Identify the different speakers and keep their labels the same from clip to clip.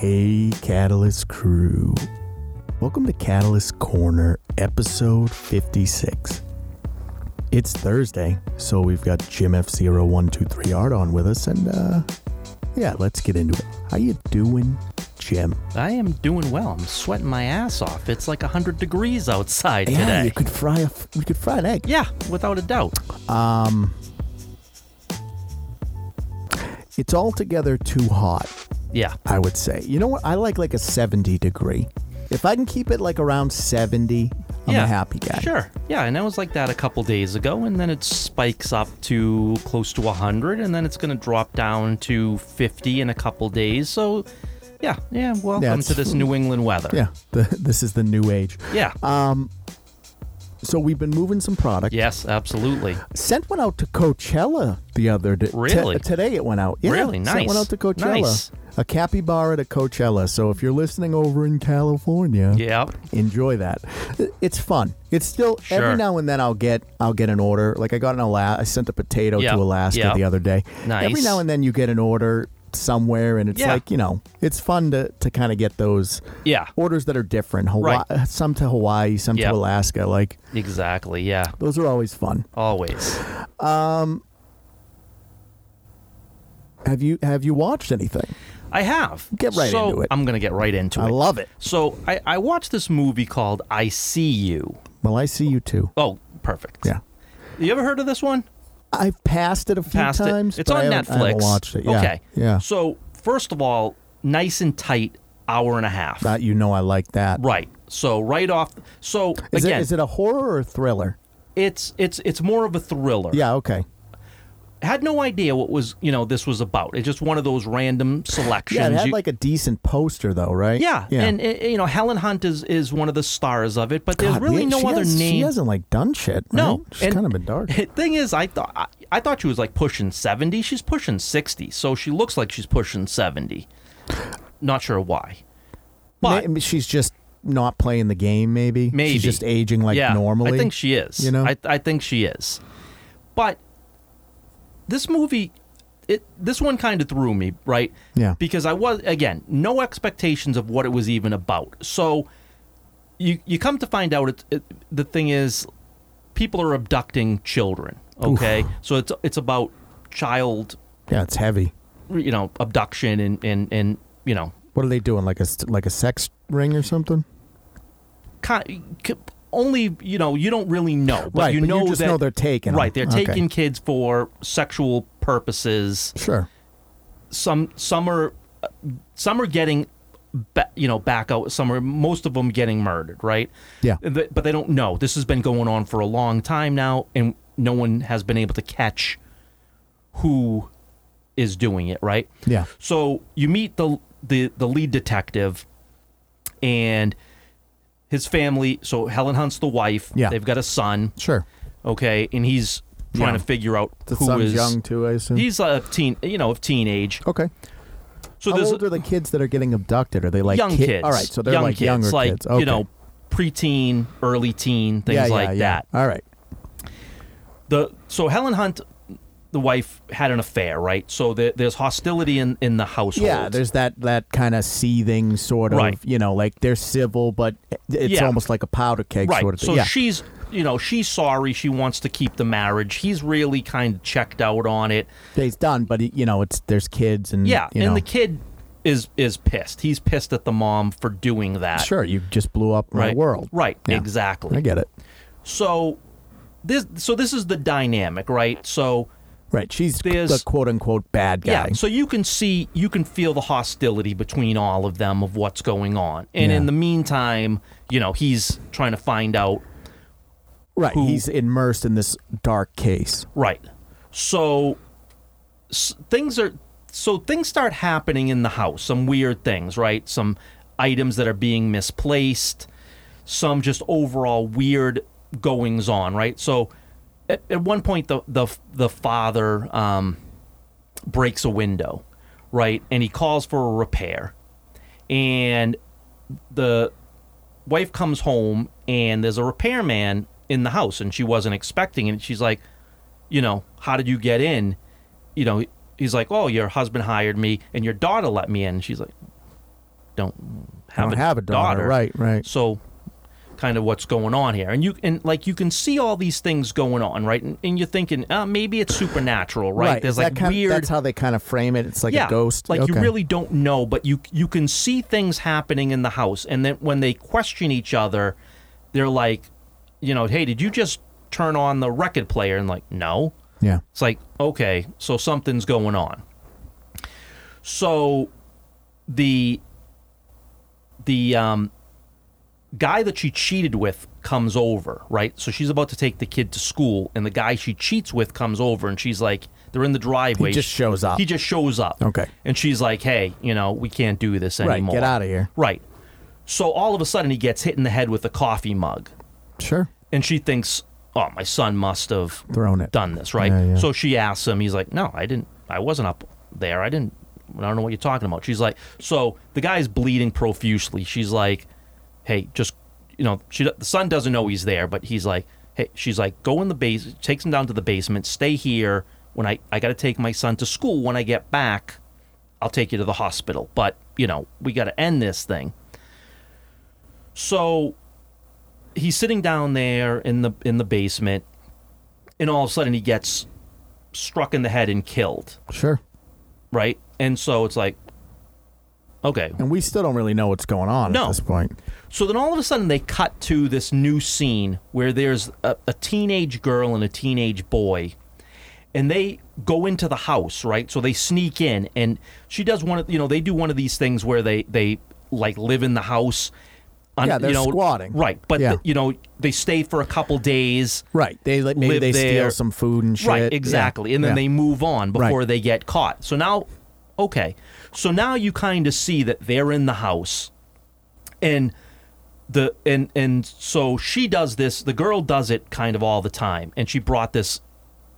Speaker 1: Hey, Catalyst crew. Welcome to Catalyst Corner, episode 56. It's Thursday, so we've got Jim F0123 Art on with us, and uh, yeah, let's get into it. How you doing, Jim?
Speaker 2: I am doing well. I'm sweating my ass off. It's like 100 degrees outside
Speaker 1: Yeah, you
Speaker 2: today.
Speaker 1: could fry a f- you could fry an egg.
Speaker 2: Yeah, without a doubt.
Speaker 1: Um, it's altogether too hot.
Speaker 2: Yeah.
Speaker 1: I would say. You know what? I like like a 70 degree. If I can keep it like around 70, I'm
Speaker 2: yeah.
Speaker 1: a happy guy.
Speaker 2: Sure. Yeah, and I was like that a couple days ago, and then it spikes up to close to 100, and then it's going to drop down to 50 in a couple days. So, yeah, yeah, welcome
Speaker 1: Yeah, it's-
Speaker 2: to this New England weather.
Speaker 1: Yeah. The, this is the new age.
Speaker 2: Yeah.
Speaker 1: So we've been moving some product.
Speaker 2: yes, absolutely.
Speaker 1: Sent one out to Coachella the other day. T-
Speaker 2: Really?
Speaker 1: today it went out. Yeah,
Speaker 2: Really?
Speaker 1: Sent one
Speaker 2: Nice.
Speaker 1: out to Coachella.
Speaker 2: Nice.
Speaker 1: A capybara to Coachella. So if you're listening over in California,
Speaker 2: Yep.
Speaker 1: enjoy that. It's fun. It's still every
Speaker 2: Sure.
Speaker 1: now and then I'll get I'll get an order. Like I got an Alaska. I sent a potato
Speaker 2: Yeah,
Speaker 1: to Alaska
Speaker 2: yeah.
Speaker 1: the other day.
Speaker 2: Nice.
Speaker 1: Every now and then you get an order somewhere, and it's
Speaker 2: Yeah.
Speaker 1: like you know, it's fun to to kind of get those
Speaker 2: Yeah,
Speaker 1: orders that are different. Hawaii, some to Hawaii, some
Speaker 2: Yeah.
Speaker 1: to Alaska. Like
Speaker 2: exactly. Yeah,
Speaker 1: those are always fun.
Speaker 2: always.
Speaker 1: Have you have you watched anything?
Speaker 2: I have.
Speaker 1: Get right
Speaker 2: so
Speaker 1: into it.
Speaker 2: I'm going to get right into
Speaker 1: I
Speaker 2: it.
Speaker 1: love it.
Speaker 2: So I, I watched this movie called I See You.
Speaker 1: Well, I see you too.
Speaker 2: Oh, perfect.
Speaker 1: Yeah.
Speaker 2: You ever heard of this one?
Speaker 1: I've passed it a few
Speaker 2: Past
Speaker 1: times.
Speaker 2: it. It's
Speaker 1: but
Speaker 2: on
Speaker 1: I haven't-
Speaker 2: Netflix.
Speaker 1: I haven't watched it. Yeah.
Speaker 2: Okay.
Speaker 1: Yeah.
Speaker 2: So first of all, nice and tight, hour and a half.
Speaker 1: That you know I like that.
Speaker 2: right. So right off. So
Speaker 1: Is
Speaker 2: again,
Speaker 1: it is it a horror or a thriller?
Speaker 2: it's it's it's more of a thriller.
Speaker 1: Yeah. Okay.
Speaker 2: Had no idea what was you know this was about. It's just one of those random selections.
Speaker 1: Yeah, it had
Speaker 2: You-
Speaker 1: like a decent poster though, right?
Speaker 2: yeah. and uh, you know Helen Hunt is, is one of the stars of it, but there's
Speaker 1: God,
Speaker 2: really
Speaker 1: we-
Speaker 2: no
Speaker 1: she
Speaker 2: other
Speaker 1: has- She
Speaker 2: name.
Speaker 1: hasn't like done shit.
Speaker 2: No,
Speaker 1: right? she's
Speaker 2: and-
Speaker 1: kind of been dark.
Speaker 2: Thing is, I thought I, I thought she was like pushing seventy. She's pushing sixty, so she looks like she's pushing seventy. Not sure why, but
Speaker 1: Maybe she's just not playing the game. Maybe.
Speaker 2: Maybe.
Speaker 1: she's just aging like
Speaker 2: yeah,
Speaker 1: normally.
Speaker 2: I think she is.
Speaker 1: you know?
Speaker 2: I, I think she is. But this movie, it this one kind of threw me right.
Speaker 1: Yeah.
Speaker 2: Because I was again no expectations of what it was even about. So you you come to find out it, it, the thing is people are abducting children. Okay, so it's it's about child
Speaker 1: yeah, it's heavy.
Speaker 2: you know abduction and and and you know
Speaker 1: What are they doing? Like a s- like a sex ring or something?
Speaker 2: ki- ki- only you know you don't really know, but
Speaker 1: right.
Speaker 2: you
Speaker 1: but
Speaker 2: know
Speaker 1: you just
Speaker 2: that
Speaker 1: know they're taking. 'em.
Speaker 2: right they're
Speaker 1: Okay.
Speaker 2: taking kids for sexual purposes.
Speaker 1: Sure.
Speaker 2: Some some are some are getting ba- you know back out. Some are most of them getting murdered. Right.
Speaker 1: Yeah.
Speaker 2: And they- But they don't know. This has been going on for a long time now, and no one has been able to catch who is doing it. Right.
Speaker 1: Yeah.
Speaker 2: So you meet the the the lead detective, and his family. So Helen Hunt's the wife.
Speaker 1: Yeah.
Speaker 2: They've got a son.
Speaker 1: Sure.
Speaker 2: Okay, and he's trying
Speaker 1: Young.
Speaker 2: to figure out
Speaker 1: The
Speaker 2: who
Speaker 1: son's
Speaker 2: is-
Speaker 1: young too, I assume.
Speaker 2: He's a teen, you know, of teenage.
Speaker 1: okay.
Speaker 2: So
Speaker 1: How
Speaker 2: there's
Speaker 1: old are the kids that are getting abducted? Are they like
Speaker 2: young
Speaker 1: kid-
Speaker 2: kids.
Speaker 1: All right, so they're
Speaker 2: young
Speaker 1: like
Speaker 2: kids,
Speaker 1: younger
Speaker 2: like
Speaker 1: kids. Okay.
Speaker 2: you know, preteen, early teen, things
Speaker 1: yeah, yeah,
Speaker 2: like
Speaker 1: yeah.
Speaker 2: that.
Speaker 1: All right.
Speaker 2: The so Helen Hunt, the wife, had an affair, right? So there, there's hostility in in the household.
Speaker 1: Yeah, there's that that kind of seething sort of,
Speaker 2: Right.
Speaker 1: you know, like they're civil, but it's
Speaker 2: Yeah.
Speaker 1: almost like a powder keg
Speaker 2: right.
Speaker 1: sort of thing.
Speaker 2: so
Speaker 1: yeah.
Speaker 2: she's you know she's sorry. She wants to keep the marriage. He's really kind of checked out on it.
Speaker 1: He's done, but it- you know, it's there's kids and
Speaker 2: Yeah,
Speaker 1: Mm, you
Speaker 2: and
Speaker 1: know,
Speaker 2: the kid is is pissed. He's pissed at the mom for doing that.
Speaker 1: sure, you just blew up my
Speaker 2: right?
Speaker 1: world.
Speaker 2: Right,
Speaker 1: Yeah.
Speaker 2: exactly.
Speaker 1: I get it.
Speaker 2: So this so this is the dynamic, right? So
Speaker 1: Right, she's
Speaker 2: There's-
Speaker 1: the quote unquote bad
Speaker 2: yeah,
Speaker 1: guy.
Speaker 2: so you can see you can feel the hostility between all of them of what's going on. And
Speaker 1: Yeah.
Speaker 2: in the meantime, you know, he's trying to find out
Speaker 1: right,
Speaker 2: who-
Speaker 1: he's immersed in this dark case.
Speaker 2: right. So s- things are so things start happening in the house, some weird things, right? Some items that are being misplaced, some just overall weird goings on, right? So at, at one point the the the father um breaks a window, right? And he calls for a repair. And the wife comes home and there's a repairman in the house and she wasn't expecting it. She's like, you know, how did you get in? You know, he's like, oh, your husband hired me and your daughter let me in. She's like, don't
Speaker 1: I
Speaker 2: have,
Speaker 1: don't
Speaker 2: a,
Speaker 1: have a daughter. Right, right.
Speaker 2: So, kind of what's going on here, and you and like you can see all these things going on, right? And, and you're thinking, uh, maybe it's supernatural, right? There's
Speaker 1: that
Speaker 2: like
Speaker 1: kind of-
Speaker 2: weird.
Speaker 1: that's how they kind of frame it. It's like
Speaker 2: yeah,
Speaker 1: a ghost.
Speaker 2: Like
Speaker 1: Okay.
Speaker 2: you really don't know, but you you can see things happening in the house, and then when they question each other, they're like, you know, hey, did you just turn on the record player? And like, no.
Speaker 1: Yeah.
Speaker 2: It's like, okay, so something's going on. So the the um, guy that she cheated with comes over, right? So she's about to take the kid to school, and the guy she cheats with comes over, and she's like, they're in the driveway.
Speaker 1: He just shows up.
Speaker 2: He just shows up.
Speaker 1: Okay.
Speaker 2: And she's like, hey, you know, we can't do this
Speaker 1: Right.
Speaker 2: anymore.
Speaker 1: Get out of here.
Speaker 2: Right. So all of a sudden, he gets hit in the head with a coffee mug,
Speaker 1: Sure.
Speaker 2: and she thinks, oh, my son must have
Speaker 1: Thrown it.
Speaker 2: done this, right?
Speaker 1: Yeah, yeah.
Speaker 2: So she asks him. He's like, "No, I didn't. I wasn't up there. I didn't. I don't know what you're talking about." She's like, "So the guy's bleeding profusely." She's like, "Hey, just you know, she the son doesn't know he's there, but he's like, hey, she's like, go in the base, takes him down to the basement, stay here. When I I got to take my son to school. When I get back, I'll take you to the hospital. But you know, we got to end this thing." So he's sitting down there in the in the basement and all of a sudden he gets struck in the head and killed,
Speaker 1: Sure.
Speaker 2: right? And so it's like, okay.
Speaker 1: And we still don't really know what's going on at
Speaker 2: No.
Speaker 1: this point.
Speaker 2: So then all of a sudden they cut to this new scene where there's a, a teenage girl and a teenage boy, and they go into the house, right? So they sneak in, and she does one of you know they do one of these things where they they like live in the house. on-
Speaker 1: Yeah, they're
Speaker 2: you know,
Speaker 1: squatting.
Speaker 2: right? But
Speaker 1: Yeah.
Speaker 2: you know they stay for a couple days.
Speaker 1: Right. They like maybe
Speaker 2: Live
Speaker 1: they steal
Speaker 2: there.
Speaker 1: some food and shit.
Speaker 2: Right, exactly. And then they move on before
Speaker 1: Right.
Speaker 2: they get caught. So now, okay. So now you kind of see that they're in the house, and the and and so she does this. The girl does it kind of all the time, and she brought this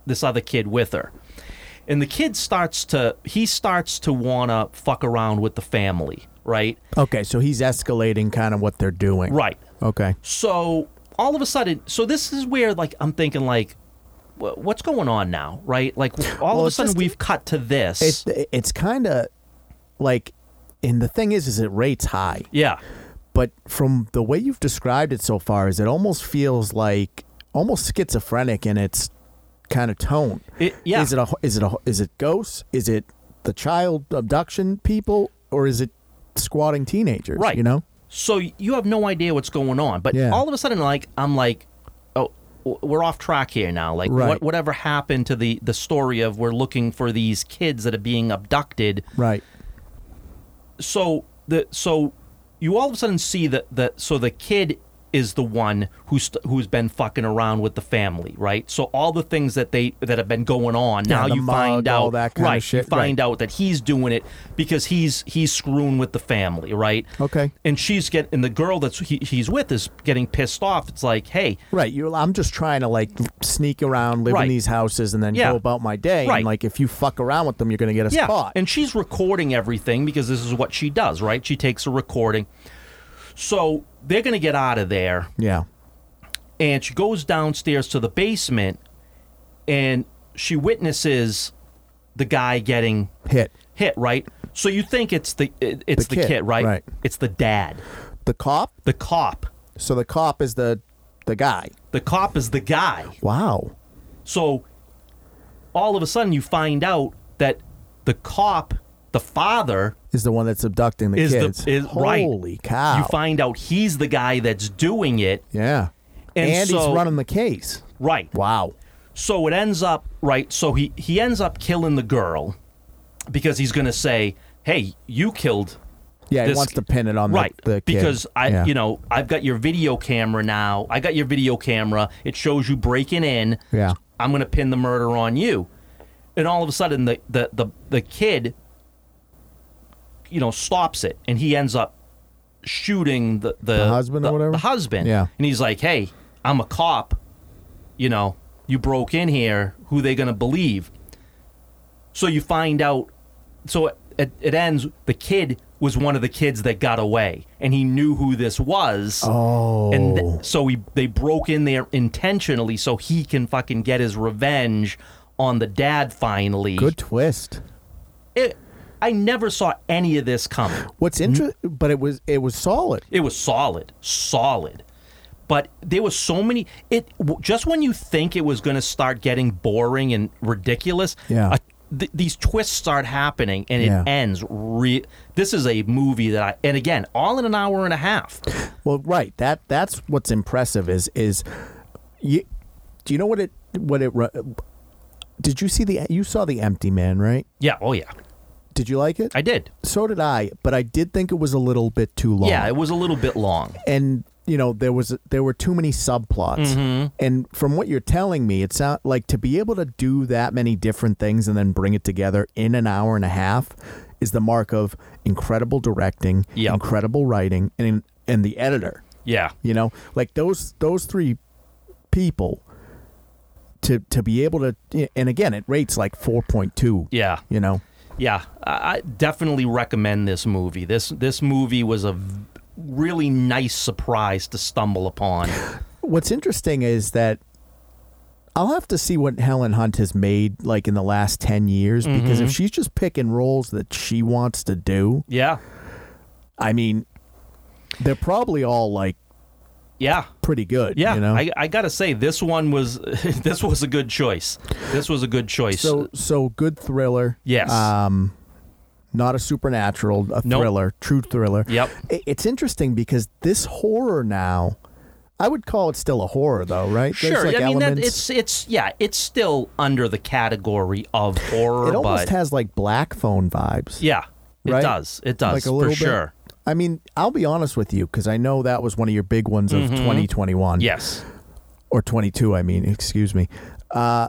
Speaker 2: this other kid with her, and the kid starts to he starts to wanna fuck around with the family, right?
Speaker 1: they Okay, so he's escalating kind of what they're doing.
Speaker 2: Right.
Speaker 1: Okay.
Speaker 2: So all of a sudden, so this is where like I'm thinking like, wh- what's going on now, right? Like all
Speaker 1: Well,
Speaker 2: of a
Speaker 1: it's
Speaker 2: sudden
Speaker 1: just-
Speaker 2: we've cut to this.
Speaker 1: It's it's kind of like and the thing is is it rates high.
Speaker 2: yeah,
Speaker 1: But from the way you've described it so far is it almost feels like almost schizophrenic in its kind of tone.
Speaker 2: It- yeah.
Speaker 1: Is it a is it a is it ghosts? Is it the child abduction people or is it squatting teenagers,
Speaker 2: right.
Speaker 1: you know?
Speaker 2: So you have no idea what's going on, but
Speaker 1: Yeah.
Speaker 2: all of a sudden, like I'm like, oh, w- we're off track here now. Like
Speaker 1: Right.
Speaker 2: what, whatever happened to the the story of we're looking for these kids that are being abducted.
Speaker 1: Right.
Speaker 2: so the so you all of a sudden see that the so the kid is the one who's who's been fucking around with the family, right? So all the things that they that have been going on
Speaker 1: Yeah,
Speaker 2: now
Speaker 1: the
Speaker 2: you find
Speaker 1: mug,
Speaker 2: out
Speaker 1: all that kind of
Speaker 2: right,
Speaker 1: shit,
Speaker 2: You find out that he's doing it because he's he's screwing with the family, right?
Speaker 1: Okay.
Speaker 2: And she's getting and the girl that's he, he's with is getting pissed off. It's like, hey,
Speaker 1: Right, you. I'm just trying to like sneak around, live in
Speaker 2: Right.
Speaker 1: these houses, and then
Speaker 2: Yeah.
Speaker 1: go about my day. And
Speaker 2: Right.
Speaker 1: like, if you fuck around with them, you're gonna get us
Speaker 2: yeah,
Speaker 1: caught.
Speaker 2: and she's recording everything because this is what she does, right? She takes a recording. So they're gonna get out of there.
Speaker 1: yeah,
Speaker 2: and she goes downstairs to the basement and she witnesses the guy getting
Speaker 1: hit
Speaker 2: hit right so you think it's the it- it's
Speaker 1: The
Speaker 2: the,
Speaker 1: kid,
Speaker 2: kid, right?
Speaker 1: right.
Speaker 2: it's the dad
Speaker 1: the cop.
Speaker 2: the cop
Speaker 1: So the cop is the the guy.
Speaker 2: the cop is the guy
Speaker 1: Wow.
Speaker 2: so all of a sudden you find out that the cop the father
Speaker 1: Is the one that's abducting the
Speaker 2: is
Speaker 1: kids.
Speaker 2: the is right
Speaker 1: Holy cow!
Speaker 2: you find out he's the guy that's doing it
Speaker 1: yeah,
Speaker 2: And so-
Speaker 1: he's running the case.
Speaker 2: right
Speaker 1: Wow.
Speaker 2: So it ends up right. So he he ends up killing the girl because he's going to say, "Hey, you killed."
Speaker 1: Yeah, he
Speaker 2: This-
Speaker 1: wants to pin it on
Speaker 2: Right,
Speaker 1: the, the kid.
Speaker 2: because I,
Speaker 1: Yeah.
Speaker 2: you know, I've got your video camera now. I got your video camera. It shows you breaking in.
Speaker 1: Yeah.
Speaker 2: I'm gonna pin the murder on you, and all of a sudden the the the, the kid, you know, stops it, and he ends up shooting the the,
Speaker 1: The husband or whatever?
Speaker 2: The husband.
Speaker 1: Yeah.
Speaker 2: and he's like, "Hey, I'm a cop. You know, you broke in here. Who they gonna believe?" So you find out. So it, it, it ends. The kid was one of the kids that got away, and he knew who this was.
Speaker 1: Oh.
Speaker 2: And th- so he, they broke in there intentionally so he can fucking get his revenge on the dad finally.
Speaker 1: Good twist.
Speaker 2: It, I never saw any of this coming.
Speaker 1: What's interesting, but it was it was solid.
Speaker 2: It was solid, solid. But there was so many. It w- just when you think it was going to start getting boring and ridiculous,
Speaker 1: Yeah.
Speaker 2: a- th- these twists start happening, and it
Speaker 1: Yeah.
Speaker 2: ends. Re- this is a movie that I, and again, all in an hour and a half.
Speaker 1: Well, right. That that's what's impressive is is you do you know what it what it ru- did you see the you saw the empty man right?
Speaker 2: Yeah. Oh yeah.
Speaker 1: Did you like it?
Speaker 2: I did.
Speaker 1: so did I, but I did think it was a little bit too long.
Speaker 2: Yeah. It was a little bit long.
Speaker 1: and you know there was there were too many subplots and from what you're telling me it's not like to be able to do that many different things and then bring it together in an hour and a half is the mark of incredible directing
Speaker 2: Yep.
Speaker 1: incredible writing and and the editor
Speaker 2: Yeah.
Speaker 1: you know like those those three people to to be able to and again it rates like 4.2
Speaker 2: Yeah.
Speaker 1: you know
Speaker 2: Yeah, I I definitely recommend this movie. This this movie was a v- really nice surprise to stumble upon.
Speaker 1: What's interesting is that I'll have to see what Helen Hunt has made like in the last 10 years because
Speaker 2: Mm-hmm.
Speaker 1: if she's just picking roles that she wants to do,
Speaker 2: Yeah,
Speaker 1: I mean, they're probably all like
Speaker 2: yeah,
Speaker 1: pretty good,
Speaker 2: yeah.
Speaker 1: you know.
Speaker 2: I, I gotta say, this one was this was a good choice. This was a good choice.
Speaker 1: so so good thriller.
Speaker 2: Yes.
Speaker 1: Um not a supernatural, a
Speaker 2: Nope.
Speaker 1: thriller, true thriller.
Speaker 2: Yep.
Speaker 1: I- It's interesting because this horror now, I would call it still a horror though, right? There's,
Speaker 2: sure,
Speaker 1: like,
Speaker 2: I mean that,
Speaker 1: elements-
Speaker 2: it's it's yeah, it's still under the category of horror,
Speaker 1: it almost
Speaker 2: but
Speaker 1: has like black phone vibes.
Speaker 2: yeah, it
Speaker 1: right?
Speaker 2: does, it does
Speaker 1: Like a
Speaker 2: for
Speaker 1: little bit?
Speaker 2: sure.
Speaker 1: I mean, I'll be honest with you because I know that was one of your big ones of
Speaker 2: Mm-hmm.
Speaker 1: 2021
Speaker 2: Yes,
Speaker 1: or 22. I mean, excuse me. Uh,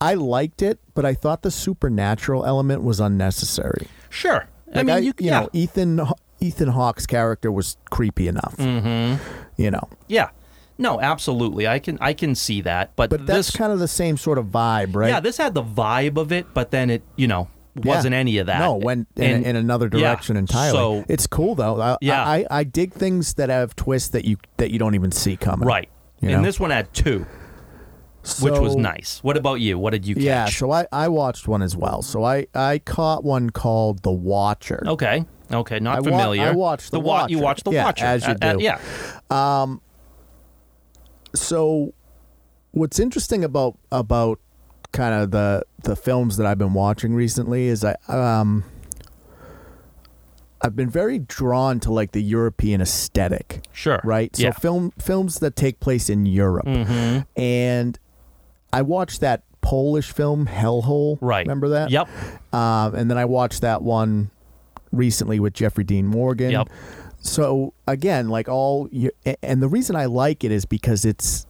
Speaker 1: I liked it, but I thought the supernatural element was unnecessary.
Speaker 2: sure. I
Speaker 1: Like,
Speaker 2: mean, you,
Speaker 1: you
Speaker 2: yeah,
Speaker 1: know, Ethan Ethan Hawke's character was creepy enough.
Speaker 2: Mm-hmm.
Speaker 1: You know,
Speaker 2: yeah, no, absolutely. I can I can see that, but,
Speaker 1: but that's
Speaker 2: this
Speaker 1: kind of the same sort of vibe, right?
Speaker 2: Yeah, this had the vibe of it, but then it, you know,
Speaker 1: Yeah.
Speaker 2: wasn't any of that.
Speaker 1: No, went in,
Speaker 2: And-
Speaker 1: in another
Speaker 2: yeah,
Speaker 1: direction entirely.
Speaker 2: so-
Speaker 1: it's cool though. I,
Speaker 2: Yeah.
Speaker 1: I, I, I dig things that have twists that you that you don't even see coming.
Speaker 2: right.
Speaker 1: You
Speaker 2: And
Speaker 1: know?
Speaker 2: this one had two, which was
Speaker 1: So-
Speaker 2: nice. What about you? What did you catch?
Speaker 1: Yeah, so I, I watched one as well. So I, I caught one called The Watcher.
Speaker 2: Okay. Okay. Not
Speaker 1: I wa-
Speaker 2: familiar.
Speaker 1: I watched The
Speaker 2: wa- You
Speaker 1: Watcher.
Speaker 2: watched the
Speaker 1: Yeah,
Speaker 2: Watcher.
Speaker 1: as you
Speaker 2: Uh, uh,
Speaker 1: do.
Speaker 2: yeah.
Speaker 1: So what's interesting about about kind of the the films that I've been watching recently is I um I've been very drawn to like the European aesthetic.
Speaker 2: Sure.
Speaker 1: right? So
Speaker 2: Yeah. Mm. Mm-hmm.
Speaker 1: film films that take place in Europe, and I watched that Polish film Hellhole.
Speaker 2: Right.
Speaker 1: remember that?
Speaker 2: Yep.
Speaker 1: Um, and then I watched that one recently with Jeffrey Dean Morgan.
Speaker 2: Yep.
Speaker 1: So again, like all, Eu- a- and the reason I like it is because it's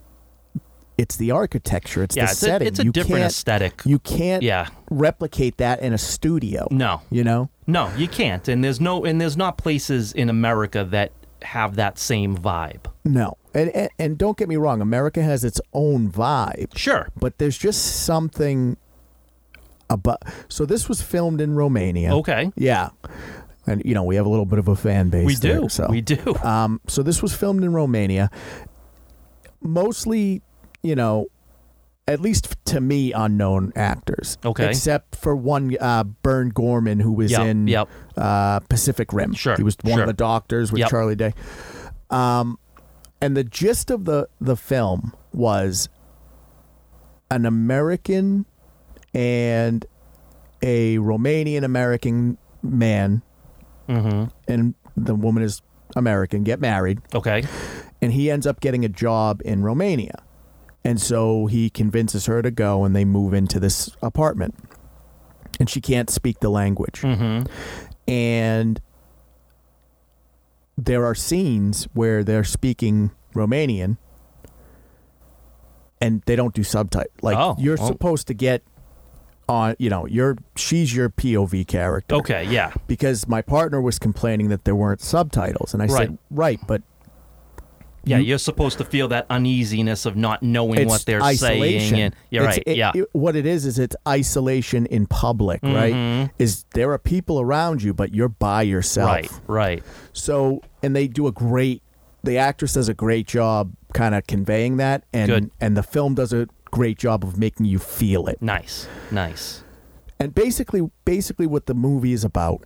Speaker 1: it's the architecture, it's
Speaker 2: Yeah.
Speaker 1: the
Speaker 2: It's a,
Speaker 1: setting.
Speaker 2: it's a
Speaker 1: you
Speaker 2: different
Speaker 1: can't,
Speaker 2: aesthetic.
Speaker 1: You can't
Speaker 2: Yeah. Mm.
Speaker 1: replicate that in a studio.
Speaker 2: No.
Speaker 1: You know.
Speaker 2: No, you can't. And there's no. And there's not places in America that have that same vibe.
Speaker 1: No. And, and and don't get me wrong, America has its own vibe.
Speaker 2: Sure.
Speaker 1: but there's just something about. So this was filmed in Romania.
Speaker 2: Okay.
Speaker 1: Yeah, and you know we have a little bit of a fan base.
Speaker 2: We
Speaker 1: there,
Speaker 2: do.
Speaker 1: so
Speaker 2: We do.
Speaker 1: Um, so this was filmed in Romania, mostly, you know, at least to me, unknown actors.
Speaker 2: Okay.
Speaker 1: Except for one, uh, Bern Gorman, who was
Speaker 2: Yep,
Speaker 1: in
Speaker 2: yep.
Speaker 1: Uh, Pacific Rim.
Speaker 2: Sure,
Speaker 1: He was one
Speaker 2: sure.
Speaker 1: of the doctors with
Speaker 2: Yep.
Speaker 1: Charlie Day. Um, and the gist of the the film was an American and a Romanian American man,
Speaker 2: Mm-hmm.
Speaker 1: and the woman is American, get married,
Speaker 2: Okay.
Speaker 1: and he ends up getting a job in Romania. And so he convinces her to go, and they move into this apartment. And she can't speak the language.
Speaker 2: Mm-hmm.
Speaker 1: And there are scenes where they're speaking Romanian and they don't do subtitle. Like,
Speaker 2: Oh,
Speaker 1: you're
Speaker 2: well.
Speaker 1: supposed to get on, you know, you're, she's your POV character
Speaker 2: Okay. Yeah.
Speaker 1: because my partner was complaining that there weren't subtitles, and I
Speaker 2: Right.
Speaker 1: said, "Right, but
Speaker 2: Yeah,
Speaker 1: You-
Speaker 2: you're supposed to feel that uneasiness of not knowing
Speaker 1: it's
Speaker 2: what they're
Speaker 1: isolation.
Speaker 2: saying. And, yeah,
Speaker 1: It's-
Speaker 2: right.
Speaker 1: it-
Speaker 2: yeah, Mm-hmm.
Speaker 1: it- what it is is it's isolation in public, right? Is there are people around you, but you're by yourself,
Speaker 2: right, right.
Speaker 1: So, and they do a great. The actress does a great job, kind of conveying that, and
Speaker 2: Good.
Speaker 1: and the film does a great job of making you feel it.
Speaker 2: Nice, nice.
Speaker 1: And basically, basically, what the movie is about,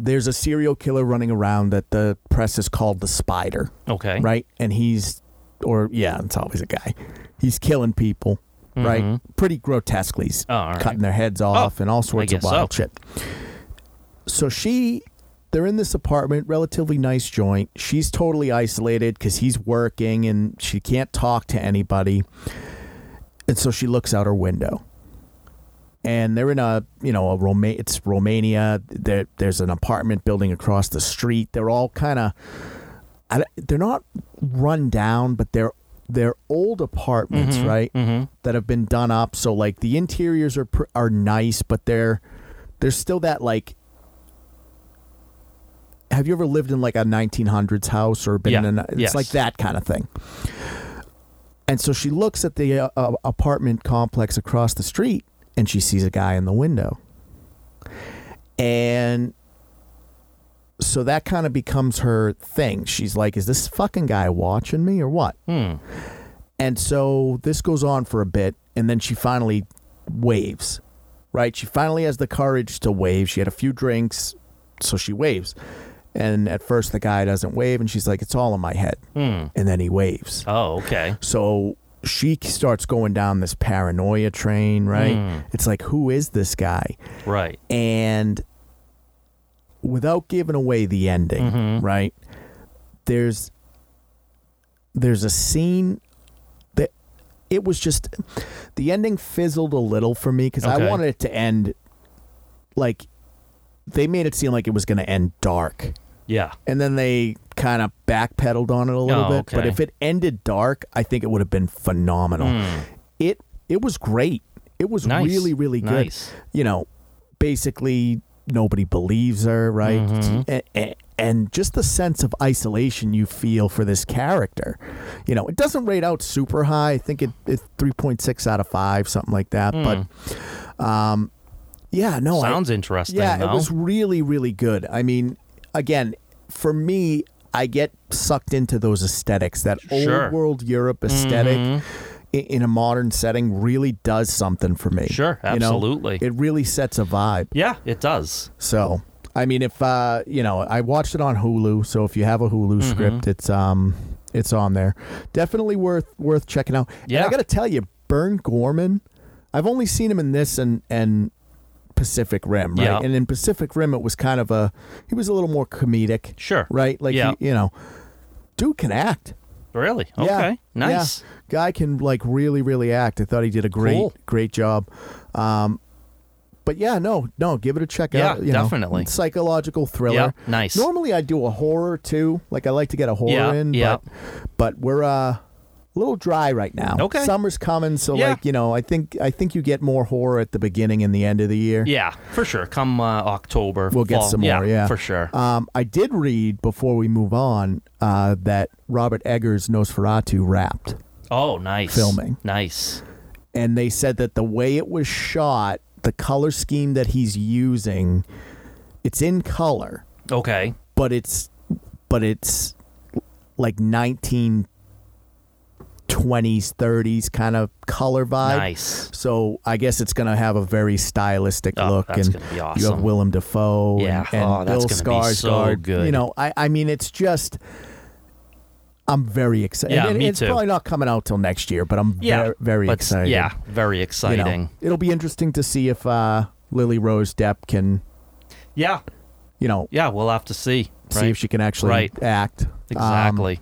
Speaker 1: there's a serial killer running around that the press is called the Spider,
Speaker 2: Okay.
Speaker 1: right? And he's, or yeah, it's always a guy. He's killing people, right? Pretty grotesquely. He's
Speaker 2: Oh, Mm-hmm. all right.
Speaker 1: cutting their heads off and all sorts of
Speaker 2: guess
Speaker 1: wild
Speaker 2: so.
Speaker 1: shit. So she, they're in this apartment, relatively nice joint. She's totally isolated because he's working and she can't talk to anybody. And so she looks out her window. And they're in a, you know, a Roma- it's Romania. There, there's an apartment building across the street. They're all kind of, they're not run down, but they're they're old apartments,
Speaker 2: Mm-hmm.
Speaker 1: right? That have been done up. So like the interiors are pr- are nice, but they're there's still that like. Have you ever lived in like a 1900s house or been
Speaker 2: Yeah.
Speaker 1: in? An, it's
Speaker 2: Yes.
Speaker 1: like that kind of thing. And so she looks at the uh, uh, apartment complex across the street, and she sees a guy in the window. And so that kind of becomes her thing. She's like, is this fucking guy watching me or what?
Speaker 2: Hmm.
Speaker 1: And so this goes on for a bit, and then she finally waves, right? She finally has the courage to wave. She had a few drinks, so she waves. And at first, the guy doesn't wave, and she's like, it's all in my head.
Speaker 2: Hmm.
Speaker 1: And then he waves.
Speaker 2: Oh, okay.
Speaker 1: So she starts going down this paranoia train, right?
Speaker 2: Hmm.
Speaker 1: It's like, who is this guy?
Speaker 2: Right.
Speaker 1: and without giving away the ending,
Speaker 2: Mm-hmm.
Speaker 1: right? There's there's a scene that it was just the ending fizzled a little for me because I
Speaker 2: Okay.
Speaker 1: wanted it to end like they made it seem like it was going to end dark,
Speaker 2: Yeah.
Speaker 1: and then they kind of backpedaled on it a little
Speaker 2: Oh,
Speaker 1: bit. But
Speaker 2: okay. Mm.
Speaker 1: if it ended dark, I think it would have been phenomenal. It it was great. It was
Speaker 2: Hmm. Nice.
Speaker 1: really really good
Speaker 2: Nice.
Speaker 1: you know, basically nobody believes her, right?
Speaker 2: Mm-hmm.
Speaker 1: A- a- And just the sense of isolation you feel for this character. You know, it doesn't rate out super high. I think it, it's 3.6 out of 5, something like that. But um, yeah, no. I-
Speaker 2: Hmm. Sounds interesting.
Speaker 1: yeah,
Speaker 2: though.
Speaker 1: it was really, really good. I mean, again, for me, I get sucked into those aesthetics. That
Speaker 2: Sure. Mm-hmm.
Speaker 1: old world Europe esthetic i- in a modern setting really does something for me.
Speaker 2: Sure,
Speaker 1: You know,
Speaker 2: absolutely.
Speaker 1: it really sets a vibe.
Speaker 2: Yeah, it does.
Speaker 1: So, I mean, if uh, you know, I watched it on Hulu. So if you have a Hulu
Speaker 2: Mm-hmm.
Speaker 1: script, it's um, it's on there. Definitely worth worth checking out. And
Speaker 2: Yeah.
Speaker 1: I got to tell you, Bern Gorman. I've only seen him in this and and Pacific Rim, right?
Speaker 2: Yeah.
Speaker 1: And in Pacific Rim, it was kind of a he was a little more comedic,
Speaker 2: Sure.
Speaker 1: right? Like
Speaker 2: Yeah.
Speaker 1: he, you know, dude can act.
Speaker 2: Really? Okay.
Speaker 1: Yeah.
Speaker 2: Nice.
Speaker 1: Yeah. Guy can like really, really act. I thought he did a great,
Speaker 2: Cool.
Speaker 1: great job. Um, but yeah, no, no, give it a check
Speaker 2: Yeah,
Speaker 1: out. you know.
Speaker 2: definitely.
Speaker 1: psychological thriller.
Speaker 2: Yeah, nice.
Speaker 1: Normally I do a horror too. Like I like to get a horror
Speaker 2: Yeah,
Speaker 1: in.
Speaker 2: yeah.
Speaker 1: But, but we're uh, a little dry right now.
Speaker 2: Okay.
Speaker 1: Summer's coming, so
Speaker 2: Yeah.
Speaker 1: like you know, I think I think you get more horror at the beginning and the end of the year.
Speaker 2: Yeah, for sure. Come uh, October,
Speaker 1: We'll get
Speaker 2: fall.
Speaker 1: some more, yeah.
Speaker 2: for sure.
Speaker 1: Um, I did read before we move on uh, that Robert Eggers Nosferatu wrapped.
Speaker 2: oh, nice
Speaker 1: filming.
Speaker 2: Nice.
Speaker 1: and they said that the way it was shot, the color scheme that he's using, it's in color,
Speaker 2: Okay.
Speaker 1: but it's but it's like 1920s, 30s kind of color vibe.
Speaker 2: nice.
Speaker 1: So I guess it's gonna have a very stylistic
Speaker 2: Oh,
Speaker 1: look,
Speaker 2: that's
Speaker 1: and
Speaker 2: gonna be
Speaker 1: you have
Speaker 2: awesome.
Speaker 1: Willem Dafoe
Speaker 2: Yeah.
Speaker 1: and, and
Speaker 2: Oh, that's
Speaker 1: Bill
Speaker 2: gonna be so
Speaker 1: Skarsgård.
Speaker 2: good.
Speaker 1: You know, I, I mean, it's just I'm very excited.
Speaker 2: Yeah,
Speaker 1: and, it-
Speaker 2: me
Speaker 1: it's
Speaker 2: too.
Speaker 1: probably not coming out till next year, but I'm
Speaker 2: Yeah.
Speaker 1: ver- very
Speaker 2: but,
Speaker 1: excited.
Speaker 2: Yeah. Very
Speaker 1: You know,
Speaker 2: exciting.
Speaker 1: it'll be interesting to see if uh, Lily Rose Depp can,
Speaker 2: Yeah.
Speaker 1: you know,
Speaker 2: Yeah. We'll have to see. Right.
Speaker 1: see if she can actually
Speaker 2: Right.
Speaker 1: act. Um,
Speaker 2: exactly.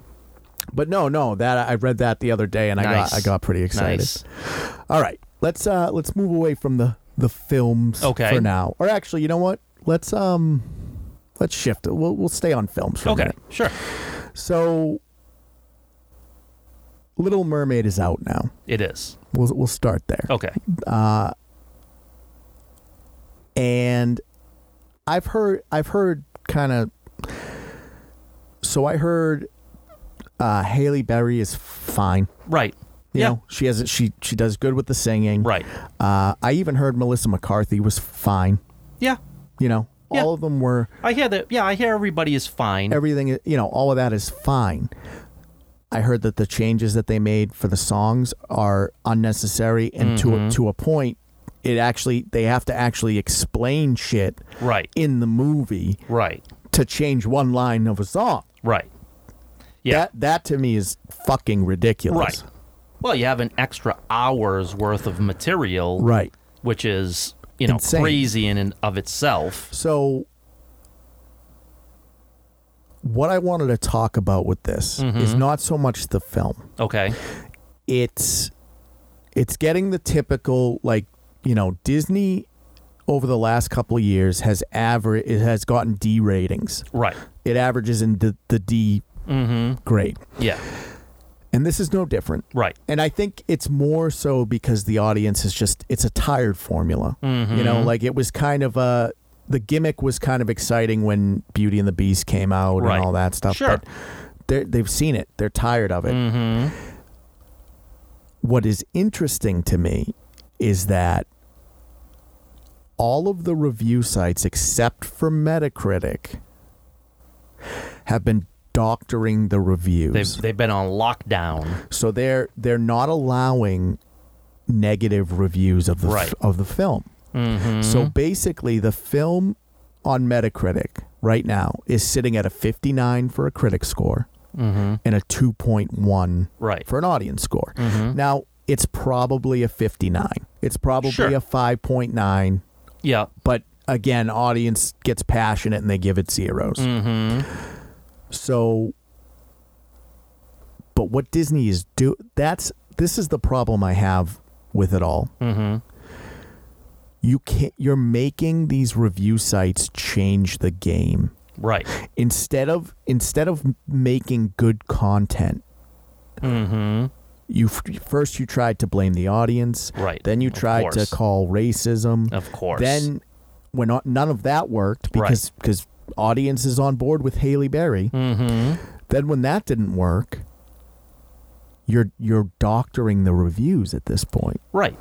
Speaker 1: but no, no, that I read that the other day, and
Speaker 2: Nice.
Speaker 1: I got I got pretty excited.
Speaker 2: Nice.
Speaker 1: All right, let's uh let's move away from the the films
Speaker 2: Okay.
Speaker 1: for now. Or actually, you know what? Let's um let's shift. it. We'll we'll stay on films. For a
Speaker 2: Okay.
Speaker 1: minute.
Speaker 2: Sure.
Speaker 1: So, Little Mermaid is out now.
Speaker 2: It is.
Speaker 1: We'll we'll start there.
Speaker 2: Okay.
Speaker 1: Uh, and I've heard I've heard kind of so I heard uh Haley Berry is fine.
Speaker 2: Right.
Speaker 1: You
Speaker 2: yeah.
Speaker 1: know, she has she she does good with the singing.
Speaker 2: Right.
Speaker 1: Uh I even heard Melissa McCarthy was fine,
Speaker 2: Yeah.
Speaker 1: you know.
Speaker 2: Yeah.
Speaker 1: All of them were
Speaker 2: I hear that. Yeah. I hear everybody is fine.
Speaker 1: everything you know, all of that is fine. I heard that the
Speaker 2: Mm-hmm.
Speaker 1: changes that they made for the songs are unnecessary and to a, to a point it actually they have to actually explain shit
Speaker 2: Right.
Speaker 1: in the movie
Speaker 2: Right.
Speaker 1: to change one line of a song.
Speaker 2: Right. Yeah.
Speaker 1: That that to me is fucking ridiculous.
Speaker 2: Right. Well, you have an extra hour's worth of material,
Speaker 1: Right.
Speaker 2: Which is you know
Speaker 1: Insane.
Speaker 2: crazy in and of itself.
Speaker 1: So what I wanted to talk about with this is
Speaker 2: Mm-hmm.
Speaker 1: not so much the film.
Speaker 2: Okay.
Speaker 1: It's it's getting the typical like, you know, Disney over the last couple of years has aver- it has gotten D ratings.
Speaker 2: Right. Mm-hmm.
Speaker 1: It averages in the, the D grade.
Speaker 2: Yeah.
Speaker 1: And this is no different.
Speaker 2: Right.
Speaker 1: And I think it's more so because the audience is just it's a tired formula. You
Speaker 2: Mm-hmm.
Speaker 1: know, like it was kind of a the gimmick was kind of exciting when Beauty and the Beast came out
Speaker 2: Right.
Speaker 1: and all that stuff.
Speaker 2: Sure.
Speaker 1: But they're- they've seen it. They're tired of it.
Speaker 2: Mm-hmm.
Speaker 1: What is interesting to me is that all of the review sites except for Metacritic have been doctoring the reviews
Speaker 2: They've they've been on lockdown.
Speaker 1: so they're they're not allowing negative reviews of the f-
Speaker 2: Right.
Speaker 1: of the film.
Speaker 2: Mm-hmm.
Speaker 1: So basically, the film on Metacritic right now is sitting at a 59 for a critic score
Speaker 2: Mm-hmm.
Speaker 1: and a 2.1
Speaker 2: Right.
Speaker 1: for an audience score. Now it's probably a 59. It's probably
Speaker 2: Sure.
Speaker 1: a 5.9,
Speaker 2: Yeah.
Speaker 1: but again, audience gets passionate and they give it zeros.
Speaker 2: Mm.
Speaker 1: Mm-hmm. So, but what Disney is do that's this is the problem I have with it all.
Speaker 2: Mm-hmm.
Speaker 1: You can't. You're making these review sites change the game
Speaker 2: Right.
Speaker 1: instead of instead of making good content.
Speaker 2: Mm-hmm.
Speaker 1: You f- first you tried to blame the audience,
Speaker 2: Right.
Speaker 1: Then you
Speaker 2: Of
Speaker 1: tried to
Speaker 2: course.
Speaker 1: call racism,
Speaker 2: Of course.
Speaker 1: Then, when o- none of that worked
Speaker 2: Right.
Speaker 1: because because audience is on board with Haley Berry,
Speaker 2: Mm-hmm.
Speaker 1: then when that didn't work, you're you're doctoring the reviews at this point.
Speaker 2: Right.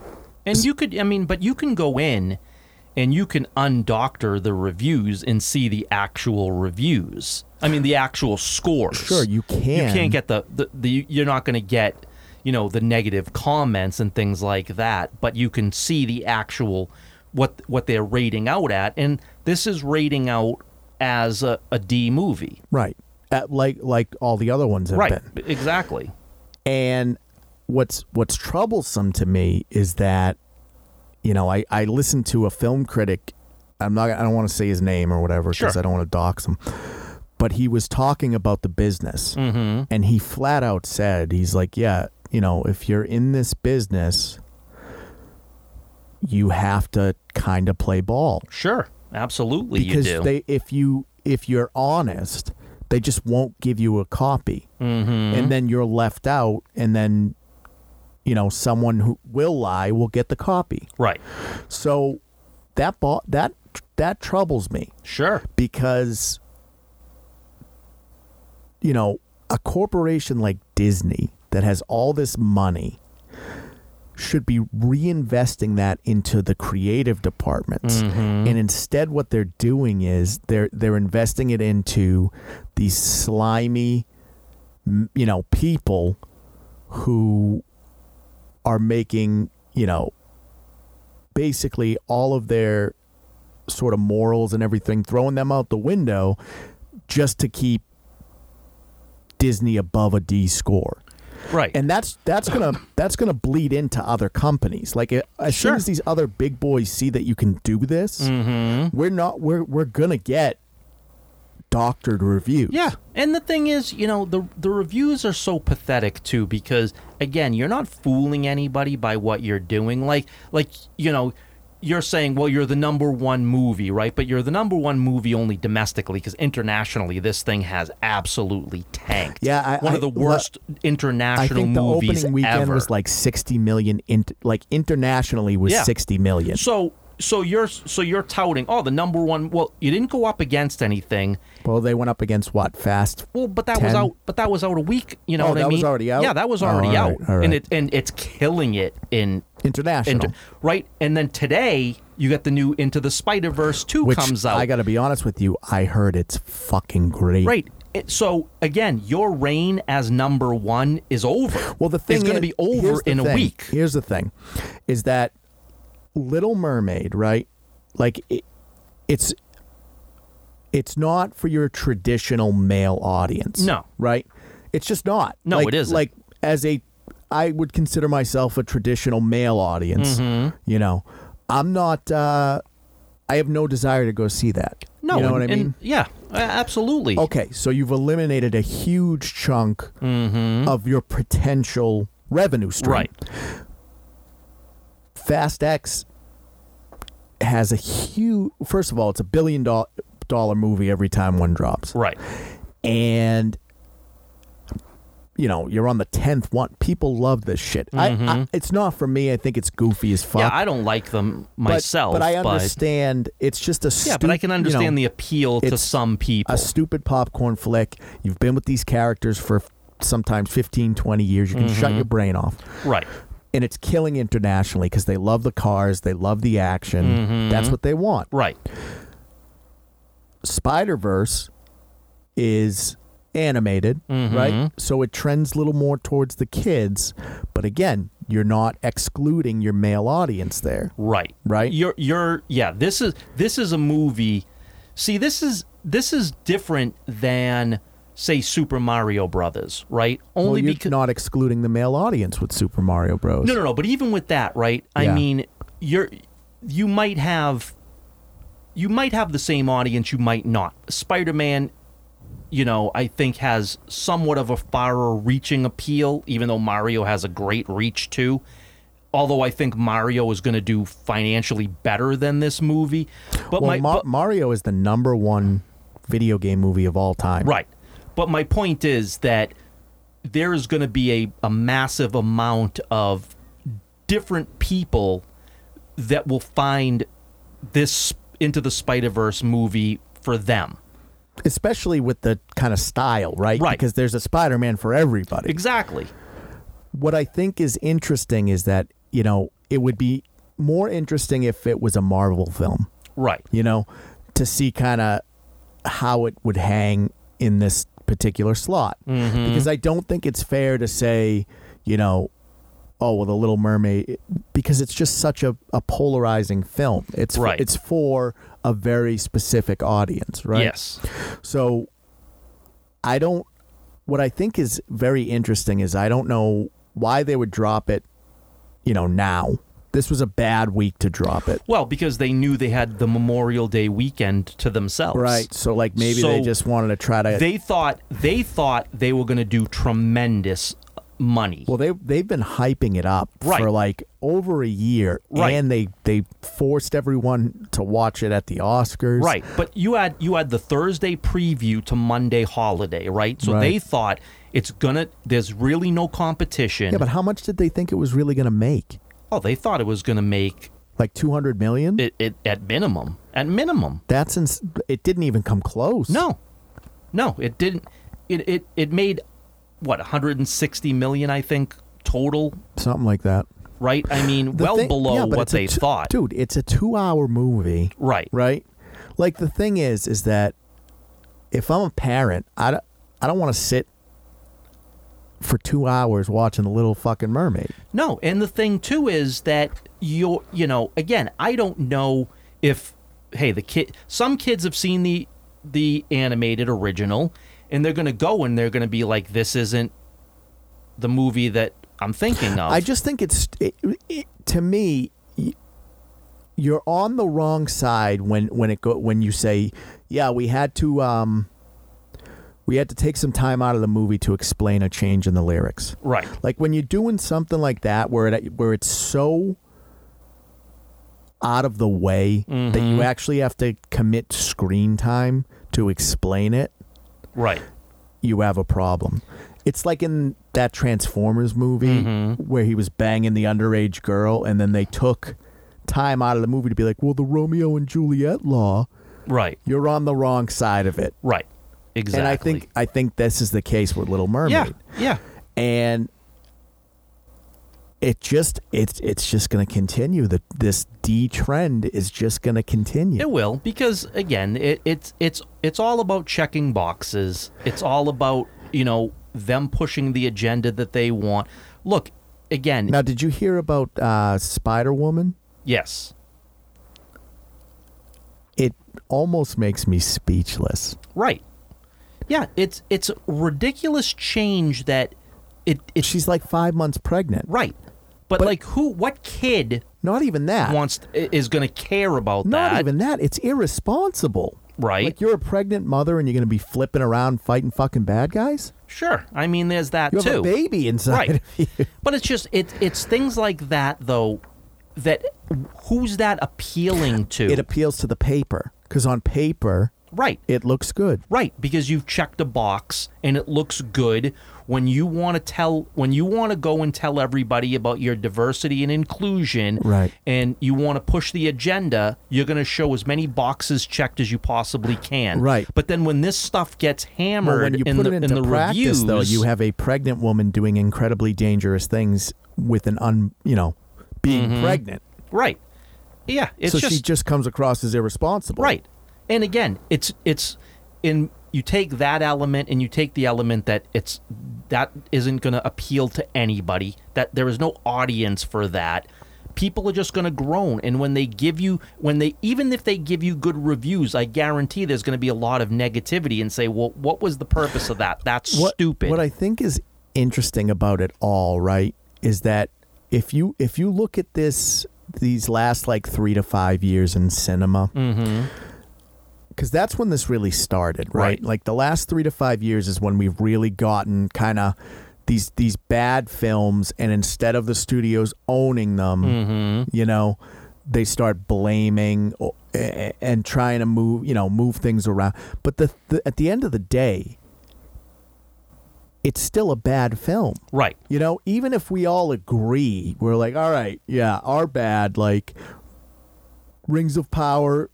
Speaker 2: And you could, I mean, but you can go in and you can undoctor the reviews and see the actual reviews. I mean, the actual scores.
Speaker 1: Sure, you can.
Speaker 2: You can't get the, the, the you're not going to get, you know, the negative comments and things like that, but you can see the actual, what, what they're rating out at. And this is rating out as a, a D movie.
Speaker 1: right at like like all the other ones have
Speaker 2: Right.
Speaker 1: been.
Speaker 2: Exactly.
Speaker 1: And what's what's troublesome to me is that you know I I listened to a film critic. I'm not. I don't want to say his name or whatever because
Speaker 2: Sure.
Speaker 1: I don't want to dox him. But he was talking about the business,
Speaker 2: Mm-hmm.
Speaker 1: and he flat out said he's like yeah you know if you're in this business you have to kind of play ball
Speaker 2: Sure. Absolutely.
Speaker 1: because
Speaker 2: you do.
Speaker 1: they if you if you're honest they just won't give you a copy
Speaker 2: mm-hmm.
Speaker 1: and then you're left out and then you know someone who will lie will get the copy
Speaker 2: Right.
Speaker 1: so that ball that that troubles me
Speaker 2: Sure.
Speaker 1: because you know a corporation like Disney that has all this money should be reinvesting that into the creative departments and instead what they're doing is they're they're investing it into these slimy m- you know people who are making you know basically all of their sort of morals and everything, throwing them out the window just to keep Disney above a D score.
Speaker 2: Right.
Speaker 1: And that's that's gonna that's gonna bleed into other companies. Like it- as soon
Speaker 2: Sure.
Speaker 1: as these other big boys see that you can do this,
Speaker 2: mm-hmm.
Speaker 1: we're not we're we're gonna get doctored reviews.
Speaker 2: Yeah, and the thing is, you know, the the reviews are so pathetic too because again, you're not fooling anybody by what you're doing. Like like, you know, you're saying, well, you're the number one movie, right? But you're the number one movie only domestically because internationally, this thing has absolutely tanked.
Speaker 1: Yeah, I-
Speaker 2: one
Speaker 1: I-
Speaker 2: of the worst international
Speaker 1: I think the
Speaker 2: movies
Speaker 1: opening weekend
Speaker 2: ever.
Speaker 1: was like sixty million. In, like internationally was
Speaker 2: Yeah.
Speaker 1: sixty million.
Speaker 2: so so you're so you're touting, oh, the number one. Well, you didn't go up against anything.
Speaker 1: Well, they went up against what? Fast
Speaker 2: Well, but that was
Speaker 1: 10?
Speaker 2: out. But that was out a week. You know
Speaker 1: Oh,
Speaker 2: what I
Speaker 1: that
Speaker 2: mean?
Speaker 1: was already out?
Speaker 2: Yeah, that was
Speaker 1: Oh,
Speaker 2: already
Speaker 1: all
Speaker 2: out,
Speaker 1: right, all
Speaker 2: and
Speaker 1: right.
Speaker 2: it and it's killing it in, in
Speaker 1: international.
Speaker 2: right. And then today you got the new Into the Spider Verse two
Speaker 1: which
Speaker 2: comes out.
Speaker 1: I got to be honest with you, I heard it's fucking great.
Speaker 2: right. It- so again, your reign as number one is over.
Speaker 1: Well, the thing
Speaker 2: it's
Speaker 1: is-
Speaker 2: going to be over
Speaker 1: here's the
Speaker 2: in a
Speaker 1: thing-
Speaker 2: week.
Speaker 1: Here's the thing, is that Little Mermaid, right? Like it, it's it's not for your traditional male audience.
Speaker 2: No.
Speaker 1: Right? It's just not.
Speaker 2: No,
Speaker 1: like,
Speaker 2: it isn't.
Speaker 1: Like as a I would consider myself a traditional male audience.
Speaker 2: Mm-hmm.
Speaker 1: You know. I'm not uh I have no desire to go see that.
Speaker 2: No,
Speaker 1: You know
Speaker 2: and-
Speaker 1: what I
Speaker 2: and-
Speaker 1: mean?
Speaker 2: yeah, a- absolutely.
Speaker 1: Okay, so you've eliminated a huge chunk
Speaker 2: Mm-hmm.
Speaker 1: of your potential revenue stream.
Speaker 2: Right.
Speaker 1: Fast X has a huge. First of all, it's a billion dollar dollar movie every time one drops,
Speaker 2: Right.
Speaker 1: and you know you're on the tenth one. People love this shit. I, I, it's not for me. I think it's goofy as fuck.
Speaker 2: Mm-hmm. Yeah, I don't like them
Speaker 1: but,
Speaker 2: myself,
Speaker 1: but I understand it's just a
Speaker 2: yeah, but I can understand
Speaker 1: the.
Speaker 2: the appeal to
Speaker 1: it's
Speaker 2: some people.
Speaker 1: a stupid popcorn flick. You've been with these characters for sometimes 15, 20 years. You can
Speaker 2: Mm-hmm.
Speaker 1: shut your brain off.
Speaker 2: right.
Speaker 1: And it's killing internationally because they love the cars, they love the action.
Speaker 2: Mm-hmm.
Speaker 1: That's what they want.
Speaker 2: Right.
Speaker 1: Spider Verse is animated,
Speaker 2: Mm-hmm.
Speaker 1: right? So it trends a little more towards the kids. But again, you're not excluding your male audience there.
Speaker 2: Right.
Speaker 1: Right?
Speaker 2: You're you're yeah, this is this is a movie. See, this is this is different than say Super Mario Brothers, right?
Speaker 1: Well,
Speaker 2: Only
Speaker 1: you're
Speaker 2: because
Speaker 1: not excluding the male audience with Super Mario Bros.
Speaker 2: No, no, no, but even with that, right?
Speaker 1: Yeah.
Speaker 2: I mean, you're you might have you might have the same audience, you might not. Spider-Man you know, I think has somewhat of a far reaching appeal, even though Mario has a great reach too. Although I think Mario is going to do financially better than this movie. But
Speaker 1: Well,
Speaker 2: my
Speaker 1: Ma-
Speaker 2: but-
Speaker 1: Mario is the number one video game movie of all time.
Speaker 2: right. But my point is that there is going to be a, a massive amount of different people that will find this into the Spider-Verse movie for them.
Speaker 1: especially with the kind of style, right?
Speaker 2: Right.
Speaker 1: Because there's a Spider-Man for everybody.
Speaker 2: Exactly.
Speaker 1: What I think is interesting is that, you know, it would be more interesting if it was a Marvel film,
Speaker 2: Right.
Speaker 1: you know, to see kind of how it would hang in this particular slot. Because I don't think it's fair to say, you know, oh, well, The Little Mermaid, because it's just such a, a polarizing film. It's, for-
Speaker 2: Right.
Speaker 1: it's for a very specific audience, right?
Speaker 2: Yes.
Speaker 1: So I don't what I think is very interesting is I don't know why they would drop it, you know, now. This was a bad week to drop it.
Speaker 2: Well, because they knew they had the Memorial Day weekend to themselves.
Speaker 1: Right. So like maybe they
Speaker 2: So
Speaker 1: just wanted to try to
Speaker 2: They thought they thought they were going to do tremendous money.
Speaker 1: well they they've been hyping it up
Speaker 2: Right.
Speaker 1: for like over a year
Speaker 2: Right.
Speaker 1: and they they forced everyone to watch it at the Oscars.
Speaker 2: Right, but you had you had the Thursday preview to Monday holiday, right? So
Speaker 1: Right.
Speaker 2: they thought it's gonna. There's really no competition.
Speaker 1: Yeah, but how much did they think it was really going to make?
Speaker 2: oh, they thought it was gonna make
Speaker 1: Like 200 million?
Speaker 2: it, it at minimum. At minimum,
Speaker 1: That's ins- it didn't even come close.
Speaker 2: no, no, it didn't. It it it made what 160 million, I think, total.
Speaker 1: Something like that.
Speaker 2: Right? I mean,
Speaker 1: The
Speaker 2: well
Speaker 1: thing-
Speaker 2: below
Speaker 1: yeah, but
Speaker 2: what
Speaker 1: it's a
Speaker 2: they
Speaker 1: two-
Speaker 2: thought.
Speaker 1: Dude, it's a two hour movie,
Speaker 2: Right.
Speaker 1: right? Like the thing is, is that if I'm a parent, I don't, I don't want to sit for two hours watching The Little Fucking Mermaid.
Speaker 2: No, and the thing too is that you're, you know, again, I don't know if, hey, the kid, some kids have seen the the animated original, and they're gonna go and they're gonna be like, this isn't the movie that I'm thinking of.
Speaker 1: I just think it's, it, it, to me, y- you're on the wrong side when, when it go, when you say, yeah, we had to, um, we had to take some time out of the movie to explain a change in the lyrics.
Speaker 2: right,
Speaker 1: Like when you're doing something like that, where it where it's so out of the way that
Speaker 2: Mm-hmm.
Speaker 1: you actually have to commit screen time to explain it,
Speaker 2: right,
Speaker 1: you have a problem. It's like in that Transformers movie
Speaker 2: Mm-hmm.
Speaker 1: where he was banging the underage girl, and then they took time out of the movie to be like, "Well, the Romeo and Juliet law,
Speaker 2: right,
Speaker 1: you're on the wrong side of it."
Speaker 2: right, exactly.
Speaker 1: And I think I think this is the case with Little Mermaid
Speaker 2: yeah, yeah,
Speaker 1: and it just it's it's just going to continue that this D trend is just going to continue.
Speaker 2: it will because again, it, it's it's it's all about checking boxes. It's all about you know them pushing the agenda that they want. Look, again,
Speaker 1: Now, did you hear about uh, Spider Woman?
Speaker 2: Yes.
Speaker 1: It almost makes me speechless.
Speaker 2: Right. Yeah, it's it's a ridiculous change that it it's
Speaker 1: She's like five months pregnant.
Speaker 2: right. But,
Speaker 1: But-
Speaker 2: like who what kid
Speaker 1: Not even that.
Speaker 2: wants i- is going to care about
Speaker 1: Not
Speaker 2: that?
Speaker 1: even that. It's irresponsible.
Speaker 2: Right.
Speaker 1: Like you're a pregnant mother and you're going to be flipping around fighting fucking bad guys?
Speaker 2: Sure. I mean there's that
Speaker 1: You have
Speaker 2: too.
Speaker 1: a baby inside
Speaker 2: Right.
Speaker 1: of you.
Speaker 2: But it's just it it's things like that though that who's that appealing to?
Speaker 1: It appeals to the paper because on paper,
Speaker 2: right.
Speaker 1: it looks good.
Speaker 2: Right, because you've checked a box and it looks good when you want to tell when you want to go and tell everybody about your diversity and inclusion
Speaker 1: Right.
Speaker 2: and you want to push the agenda, you're going to show as many boxes checked as you possibly can.
Speaker 1: Right.
Speaker 2: But then when this stuff gets hammered
Speaker 1: Well, when you
Speaker 2: in,
Speaker 1: put
Speaker 2: the,
Speaker 1: it into
Speaker 2: in the
Speaker 1: practice,
Speaker 2: reviews,
Speaker 1: though, you have a pregnant woman doing incredibly dangerous things with an un, you know, being pregnant.
Speaker 2: right. Yeah, Mm-hmm. it's
Speaker 1: so
Speaker 2: just
Speaker 1: she just comes across as irresponsible.
Speaker 2: Right. And again, it's it's in you take that element and you take the element that it's that isn't going to appeal to anybody. That there is no audience for that. People are just going to groan and when they give you when they even if they give you good reviews, I guarantee there's going to be a lot of negativity and say, "Well, what was the purpose of that? That's
Speaker 1: What,
Speaker 2: stupid."
Speaker 1: What I think is interesting about it all, right, is that if you if you look at this these last like three to five years in cinema,
Speaker 2: Mm. Mm-hmm.
Speaker 1: because that's when this really started, right?
Speaker 2: Right.
Speaker 1: Like the last three to five years is when we've really gotten kind of these these bad films, and instead of the studios owning them,
Speaker 2: Mm. Mm-hmm.
Speaker 1: you know, they start blaming o- a- a- and trying to move, you know, move things around. But the, the at the end of the day, it's still a bad film.
Speaker 2: right.
Speaker 1: You know, even if we all agree, we're like, all right, yeah, our bad, like Rings of Power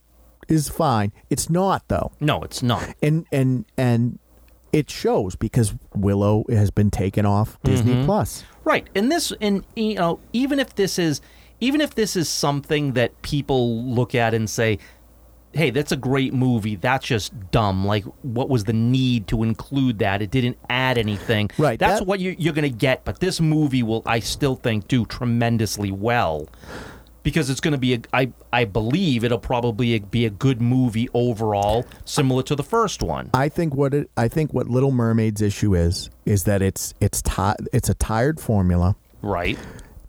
Speaker 1: is fine. It's not though.
Speaker 2: No, it's not.
Speaker 1: And and and it shows because Willow has been taken off Disney Plus.
Speaker 2: Right. And this and you know, even if this is even if this is something that people look at and say, "Hey, that's a great movie. That's just dumb. Like what was the need to include that? It didn't add anything."
Speaker 1: Right,
Speaker 2: That's
Speaker 1: that-
Speaker 2: what you you're going to get, but this movie will I still think do tremendously well. Because it's going to be a, I, I believe it'll probably be a good movie overall, similar to the first one.
Speaker 1: I think what it, I think what Little Mermaid's issue is is that it's it's ti- it's a tired formula
Speaker 2: Right.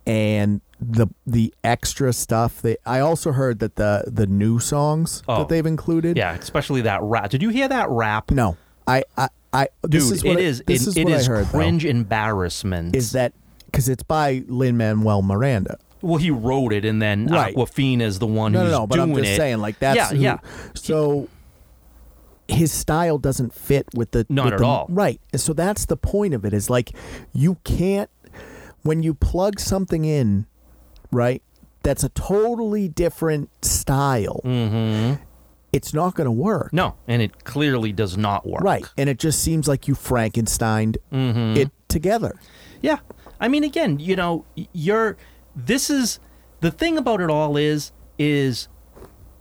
Speaker 1: and the the extra stuff they I also heard that the the new songs
Speaker 2: Oh.
Speaker 1: that they've included
Speaker 2: Yeah, especially that rap. Did you hear that rap?
Speaker 1: No, I, I, I.
Speaker 2: Dude,
Speaker 1: this is what
Speaker 2: it
Speaker 1: I-
Speaker 2: is.
Speaker 1: This
Speaker 2: it,
Speaker 1: is
Speaker 2: it
Speaker 1: what
Speaker 2: is
Speaker 1: I heard.
Speaker 2: cringe embarrassment.
Speaker 1: Though, is that because it's by Lin Manuel Miranda?
Speaker 2: well, he wrote it, and then
Speaker 1: Right.
Speaker 2: Aquafina is the one
Speaker 1: No, no,
Speaker 2: who's
Speaker 1: no. But
Speaker 2: doing
Speaker 1: I'm just
Speaker 2: it.
Speaker 1: saying, like that's
Speaker 2: yeah,
Speaker 1: who-
Speaker 2: yeah.
Speaker 1: So his style doesn't fit with the
Speaker 2: Not
Speaker 1: with
Speaker 2: at
Speaker 1: the-
Speaker 2: all.
Speaker 1: Right. And So that's the point of it. Is like you can't when you plug something in, right? That's a totally different style. It's not going to work.
Speaker 2: Mm-hmm. No, and it clearly does not work.
Speaker 1: Right. And it just seems like you Frankensteined
Speaker 2: Mm-hmm.
Speaker 1: it together.
Speaker 2: Yeah. I mean, again, you know, y- you're. This is the thing about it all is is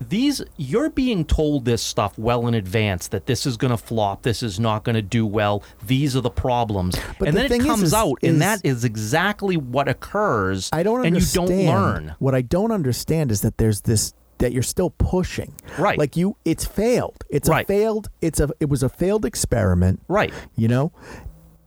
Speaker 2: these you're being told this stuff well in advance that this is going to flop this is not going to do well these are the problems
Speaker 1: But
Speaker 2: and
Speaker 1: the
Speaker 2: then
Speaker 1: thing
Speaker 2: it
Speaker 1: is-
Speaker 2: comes
Speaker 1: is-
Speaker 2: out and
Speaker 1: is-
Speaker 2: that is exactly what occurs
Speaker 1: I don't
Speaker 2: and you
Speaker 1: understand.
Speaker 2: don't learn
Speaker 1: What I don't understand is that there's this that you're still pushing.
Speaker 2: Right.
Speaker 1: Like you it's failed. It's
Speaker 2: Right.
Speaker 1: a failed it's a it was a failed experiment.
Speaker 2: right
Speaker 1: You know?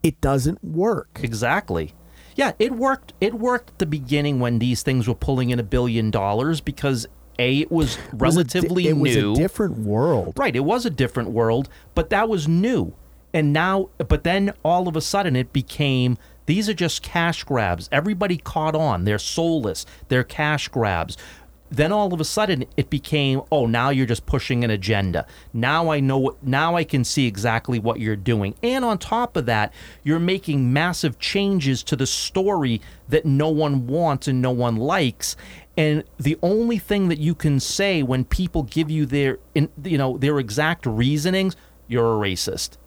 Speaker 1: It doesn't work.
Speaker 2: Exactly. Yeah, it worked. It worked at the beginning when these things were pulling in a billion dollars because a it was
Speaker 1: It was a di-
Speaker 2: relatively
Speaker 1: it was
Speaker 2: new.
Speaker 1: a different world.
Speaker 2: right, it was a different world, but that was new. And now, but then all of a sudden, it became these are just cash grabs. Everybody caught on. They're soulless. They're cash grabs. Then all of a sudden, it became oh now you're just pushing an agenda. Now I know what. Now I can see exactly what you're doing. And on top of that, you're making massive changes to the story that no one wants and no one likes. And the only thing that you can say when people give you their, in, you know, their exact reasonings, you're a racist.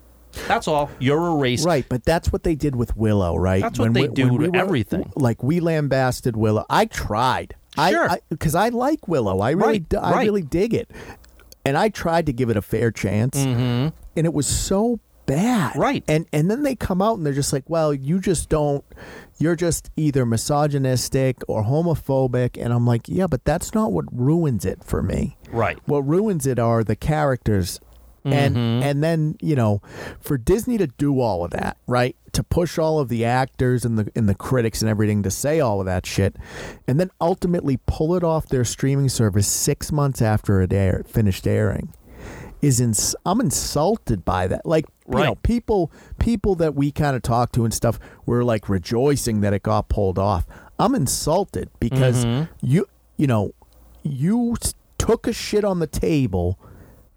Speaker 2: That's all. You're a racist.
Speaker 1: Right, but that's what they did with Willow, right?
Speaker 2: That's what they do
Speaker 1: when
Speaker 2: to everything.
Speaker 1: Like we lambasted Willow. I tried.
Speaker 2: Sure.
Speaker 1: I because I, like Willow. I really,
Speaker 2: Right,
Speaker 1: d I I
Speaker 2: right.
Speaker 1: really dig it, and I tried to give it a fair chance, and it was so bad.
Speaker 2: Mm-hmm. Right.
Speaker 1: And and then they come out and they're just like, well, you just don't you're just either misogynistic or homophobic and I'm like, yeah, but that's not what ruins it for me.
Speaker 2: Right.
Speaker 1: What ruins it are the characters and and then, you know, for Disney to do all of that, right? To push all of the actors and the and the critics and everything to say all of that shit and then ultimately pull it off their streaming service 6 months after it air, finished airing is ins- I'm insulted by that. Like you know,
Speaker 2: Right.
Speaker 1: people people that we kind of talk to and stuff were like rejoicing that it got pulled off. I'm insulted because
Speaker 2: Mm-hmm.
Speaker 1: you you know you s- took a shit on the table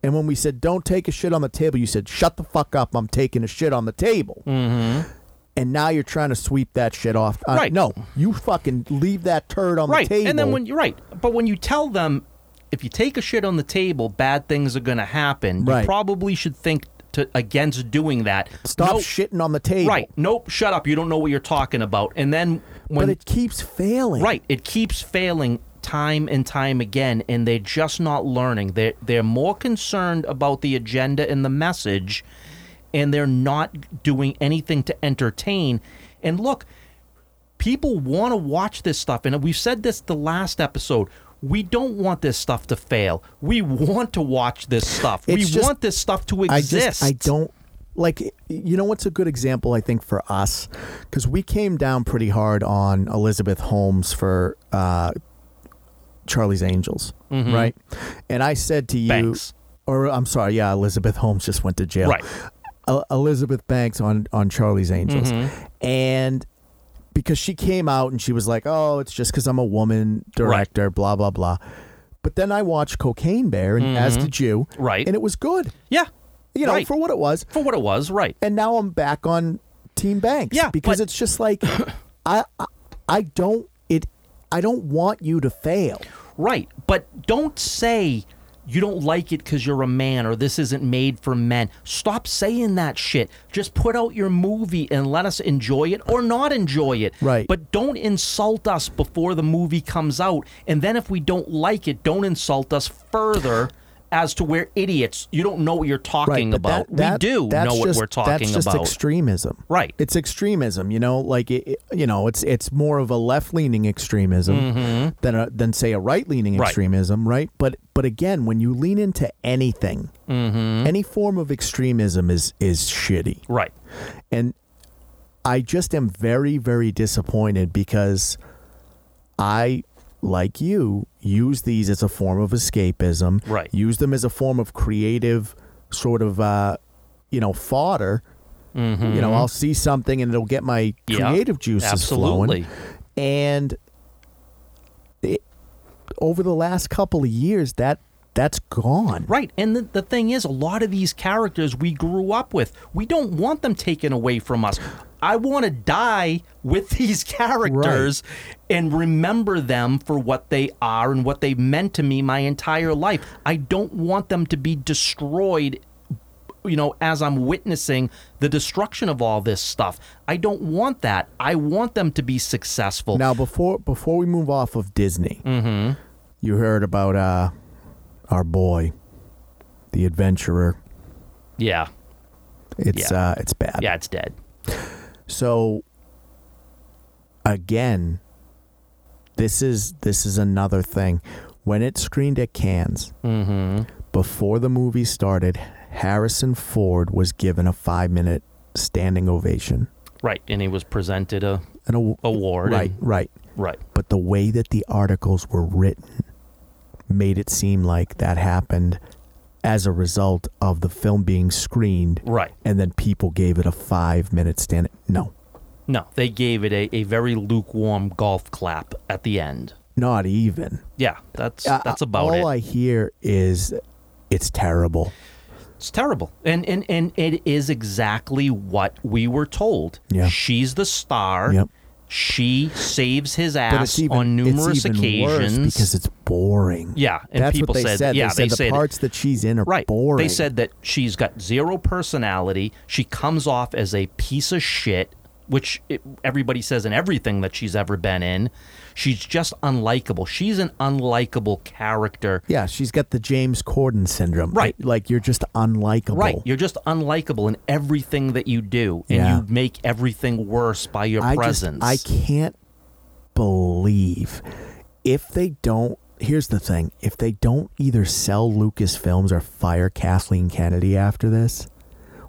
Speaker 1: and when we said don't take a shit on the table you said shut the fuck up I'm taking a shit on the table. And now you're trying to sweep that shit off. Uh,
Speaker 2: Mm-hmm. Right.
Speaker 1: No, you fucking leave that turd on
Speaker 2: right.
Speaker 1: the table.
Speaker 2: And then when you're right, but when you tell them if you take a shit on the table, bad things are going to happen.
Speaker 1: Right.
Speaker 2: You probably should think to, against doing that.
Speaker 1: stop
Speaker 2: Nope.
Speaker 1: shitting on the table.
Speaker 2: Right. Nope. Shut up. You don't know what you're talking about. And then when
Speaker 1: But it keeps failing.
Speaker 2: Right. It keeps failing time and time again, and they're just not learning. They're, they're more concerned about the agenda and the message, and they're not doing anything to entertain. And look, people want to watch this stuff, and we've said this the last episode. We don't want this stuff to fail. We want to watch this stuff. we
Speaker 1: It's just-
Speaker 2: want this stuff to
Speaker 1: I
Speaker 2: exist.
Speaker 1: just I don't like you know what's a good example I think for us because we came down pretty hard on Elizabeth Holmes for uh, Charlie's Angels, right? And I said to you,
Speaker 2: Mm-hmm. Banks.
Speaker 1: or I'm sorry, yeah, Elizabeth Holmes just went to jail,
Speaker 2: Right.
Speaker 1: El- Elizabeth Banks on on Charlie's Angels,
Speaker 2: Mm-hmm.
Speaker 1: and because she came out and she was like, "Oh, it's just because I'm a woman director, blah blah blah." But then I watched Cocaine Bear and as did you,
Speaker 2: Mm-hmm. Right.
Speaker 1: And it was good
Speaker 2: Yeah.
Speaker 1: you know,
Speaker 2: Right.
Speaker 1: for what it was.
Speaker 2: for what it was. Right.
Speaker 1: And now I'm back on Team Banks.
Speaker 2: Yeah,
Speaker 1: because
Speaker 2: but-
Speaker 1: it's just like I, I I don't it I don't want you to fail.
Speaker 2: Right. But don't say you don't like it because you're a man or this isn't made for men. Stop saying that shit. Just put out your movie and let us enjoy it or not enjoy it.
Speaker 1: Right.
Speaker 2: But don't insult us before the movie comes out. And then if we don't like it, don't insult us further. As to where idiots, you don't know what you're talking
Speaker 1: but
Speaker 2: about.
Speaker 1: that- that-
Speaker 2: we do
Speaker 1: that's
Speaker 2: know what
Speaker 1: just-
Speaker 2: we're talking
Speaker 1: that's just
Speaker 2: about.
Speaker 1: Extremism,
Speaker 2: Right.
Speaker 1: It's extremism, you know. Like it, it- you know, it's it's more of a left leaning extremism than a, than say a right leaning
Speaker 2: Mm-hmm. Right.
Speaker 1: extremism, right? But but again, when you lean into anything,
Speaker 2: Mm-hmm.
Speaker 1: any form of extremism is is shitty,
Speaker 2: right.
Speaker 1: and I just am very, very disappointed because I, like you, use these as a form of escapism.
Speaker 2: Right.
Speaker 1: Use them as a form of creative, sort of, uh, you know, fodder. You know, I'll see something and it'll get my
Speaker 2: Mm-hmm. Yeah,
Speaker 1: creative juices
Speaker 2: absolutely.
Speaker 1: flowing. And it, over the last couple of years, that that's gone.
Speaker 2: Right. And the, the thing is, a lot of these characters we grew up with, we don't want them taken away from us. I want to die with these characters and remember them for what they are and what they meant to me my entire life. I don't want them to be destroyed, you know, as I'm witnessing the destruction of all this stuff. I don't want that. I want them to be successful.
Speaker 1: Now, before before we move off of Disney,
Speaker 2: Mm-hmm.
Speaker 1: you heard about uh, our boy, the adventurer.
Speaker 2: yeah.
Speaker 1: It's
Speaker 2: Yeah.
Speaker 1: uh, it's bad.
Speaker 2: Yeah, it's dead.
Speaker 1: So again, this is this is another thing. When it screened at Cannes,
Speaker 2: Mm-hmm.
Speaker 1: before the movie started, Harrison Ford was given a five minute standing ovation
Speaker 2: Right. And he was presented a
Speaker 1: and a
Speaker 2: award.
Speaker 1: right,
Speaker 2: and-
Speaker 1: right.
Speaker 2: right.
Speaker 1: but the way that the articles were written made it seem like that happened as a result of the film being screened
Speaker 2: Right.
Speaker 1: and then people gave it a five minute stand no
Speaker 2: No, they gave it a, a very lukewarm golf clap at the end.
Speaker 1: not even
Speaker 2: Yeah, that's
Speaker 1: Uh,
Speaker 2: that's about
Speaker 1: all
Speaker 2: it.
Speaker 1: i hear is it's terrible
Speaker 2: it's terrible, and and and it is exactly what we were told.
Speaker 1: Yeah.
Speaker 2: she's the star.
Speaker 1: Yep.
Speaker 2: She saves his
Speaker 1: but
Speaker 2: ass
Speaker 1: it's even
Speaker 2: on
Speaker 1: it's
Speaker 2: numerous
Speaker 1: even worse
Speaker 2: occasions
Speaker 1: because it's boring
Speaker 2: Yeah, and
Speaker 1: that's
Speaker 2: people
Speaker 1: what they
Speaker 2: said-
Speaker 1: said
Speaker 2: yeah,
Speaker 1: they
Speaker 2: they
Speaker 1: said the
Speaker 2: said-
Speaker 1: parts that she's in are
Speaker 2: Right.
Speaker 1: boring
Speaker 2: They said that she's got zero personality. She comes off as a piece of shit. which it, everybody says in everything that she's ever been in. She's just unlikable. She's an unlikable character.
Speaker 1: Yeah, she's got the James Corden syndrome.
Speaker 2: Right.
Speaker 1: Like you're just unlikable.
Speaker 2: Right. You're just unlikable in everything that you do, and
Speaker 1: Yeah.
Speaker 2: you make everything worse by your
Speaker 1: I
Speaker 2: presence.
Speaker 1: Just, I can't believe if they don't. Here's the thing: if they don't either sell Lucasfilms or fire Kathleen Kennedy after this,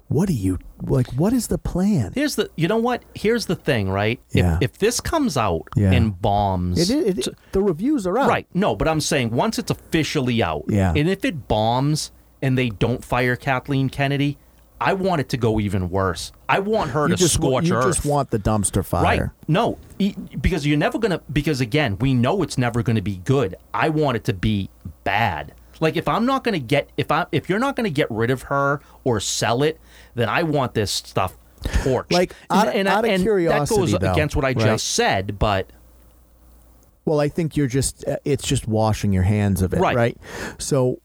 Speaker 1: what do you like? What is the plan?
Speaker 2: Here's the you know what? Here's the thing, right?
Speaker 1: Yeah.
Speaker 2: If if this comes out
Speaker 1: Yeah.
Speaker 2: and bombs
Speaker 1: It, it, it- the reviews are out.
Speaker 2: Right. No, but I'm saying once it's officially out,
Speaker 1: Yeah.
Speaker 2: and if it bombs and they don't fire Kathleen Kennedy, I want it to go even worse. I want her
Speaker 1: You
Speaker 2: to
Speaker 1: just, wa-
Speaker 2: scorch
Speaker 1: you
Speaker 2: earth.
Speaker 1: just want the dumpster
Speaker 2: right.
Speaker 1: fire.
Speaker 2: No, e- because you're never going to, because again, we know it's never going to be good. I want it to be bad. Like if I'm not going to get, if I, if you're not going to get rid of her or sell it, then I want this stuff torched.
Speaker 1: Like, out of- out of
Speaker 2: that
Speaker 1: curiosity,
Speaker 2: goes
Speaker 1: though,
Speaker 2: against what I
Speaker 1: right?
Speaker 2: just said, but
Speaker 1: Well, I think you're just uh, it's just washing your hands of it, right?
Speaker 2: Right.
Speaker 1: So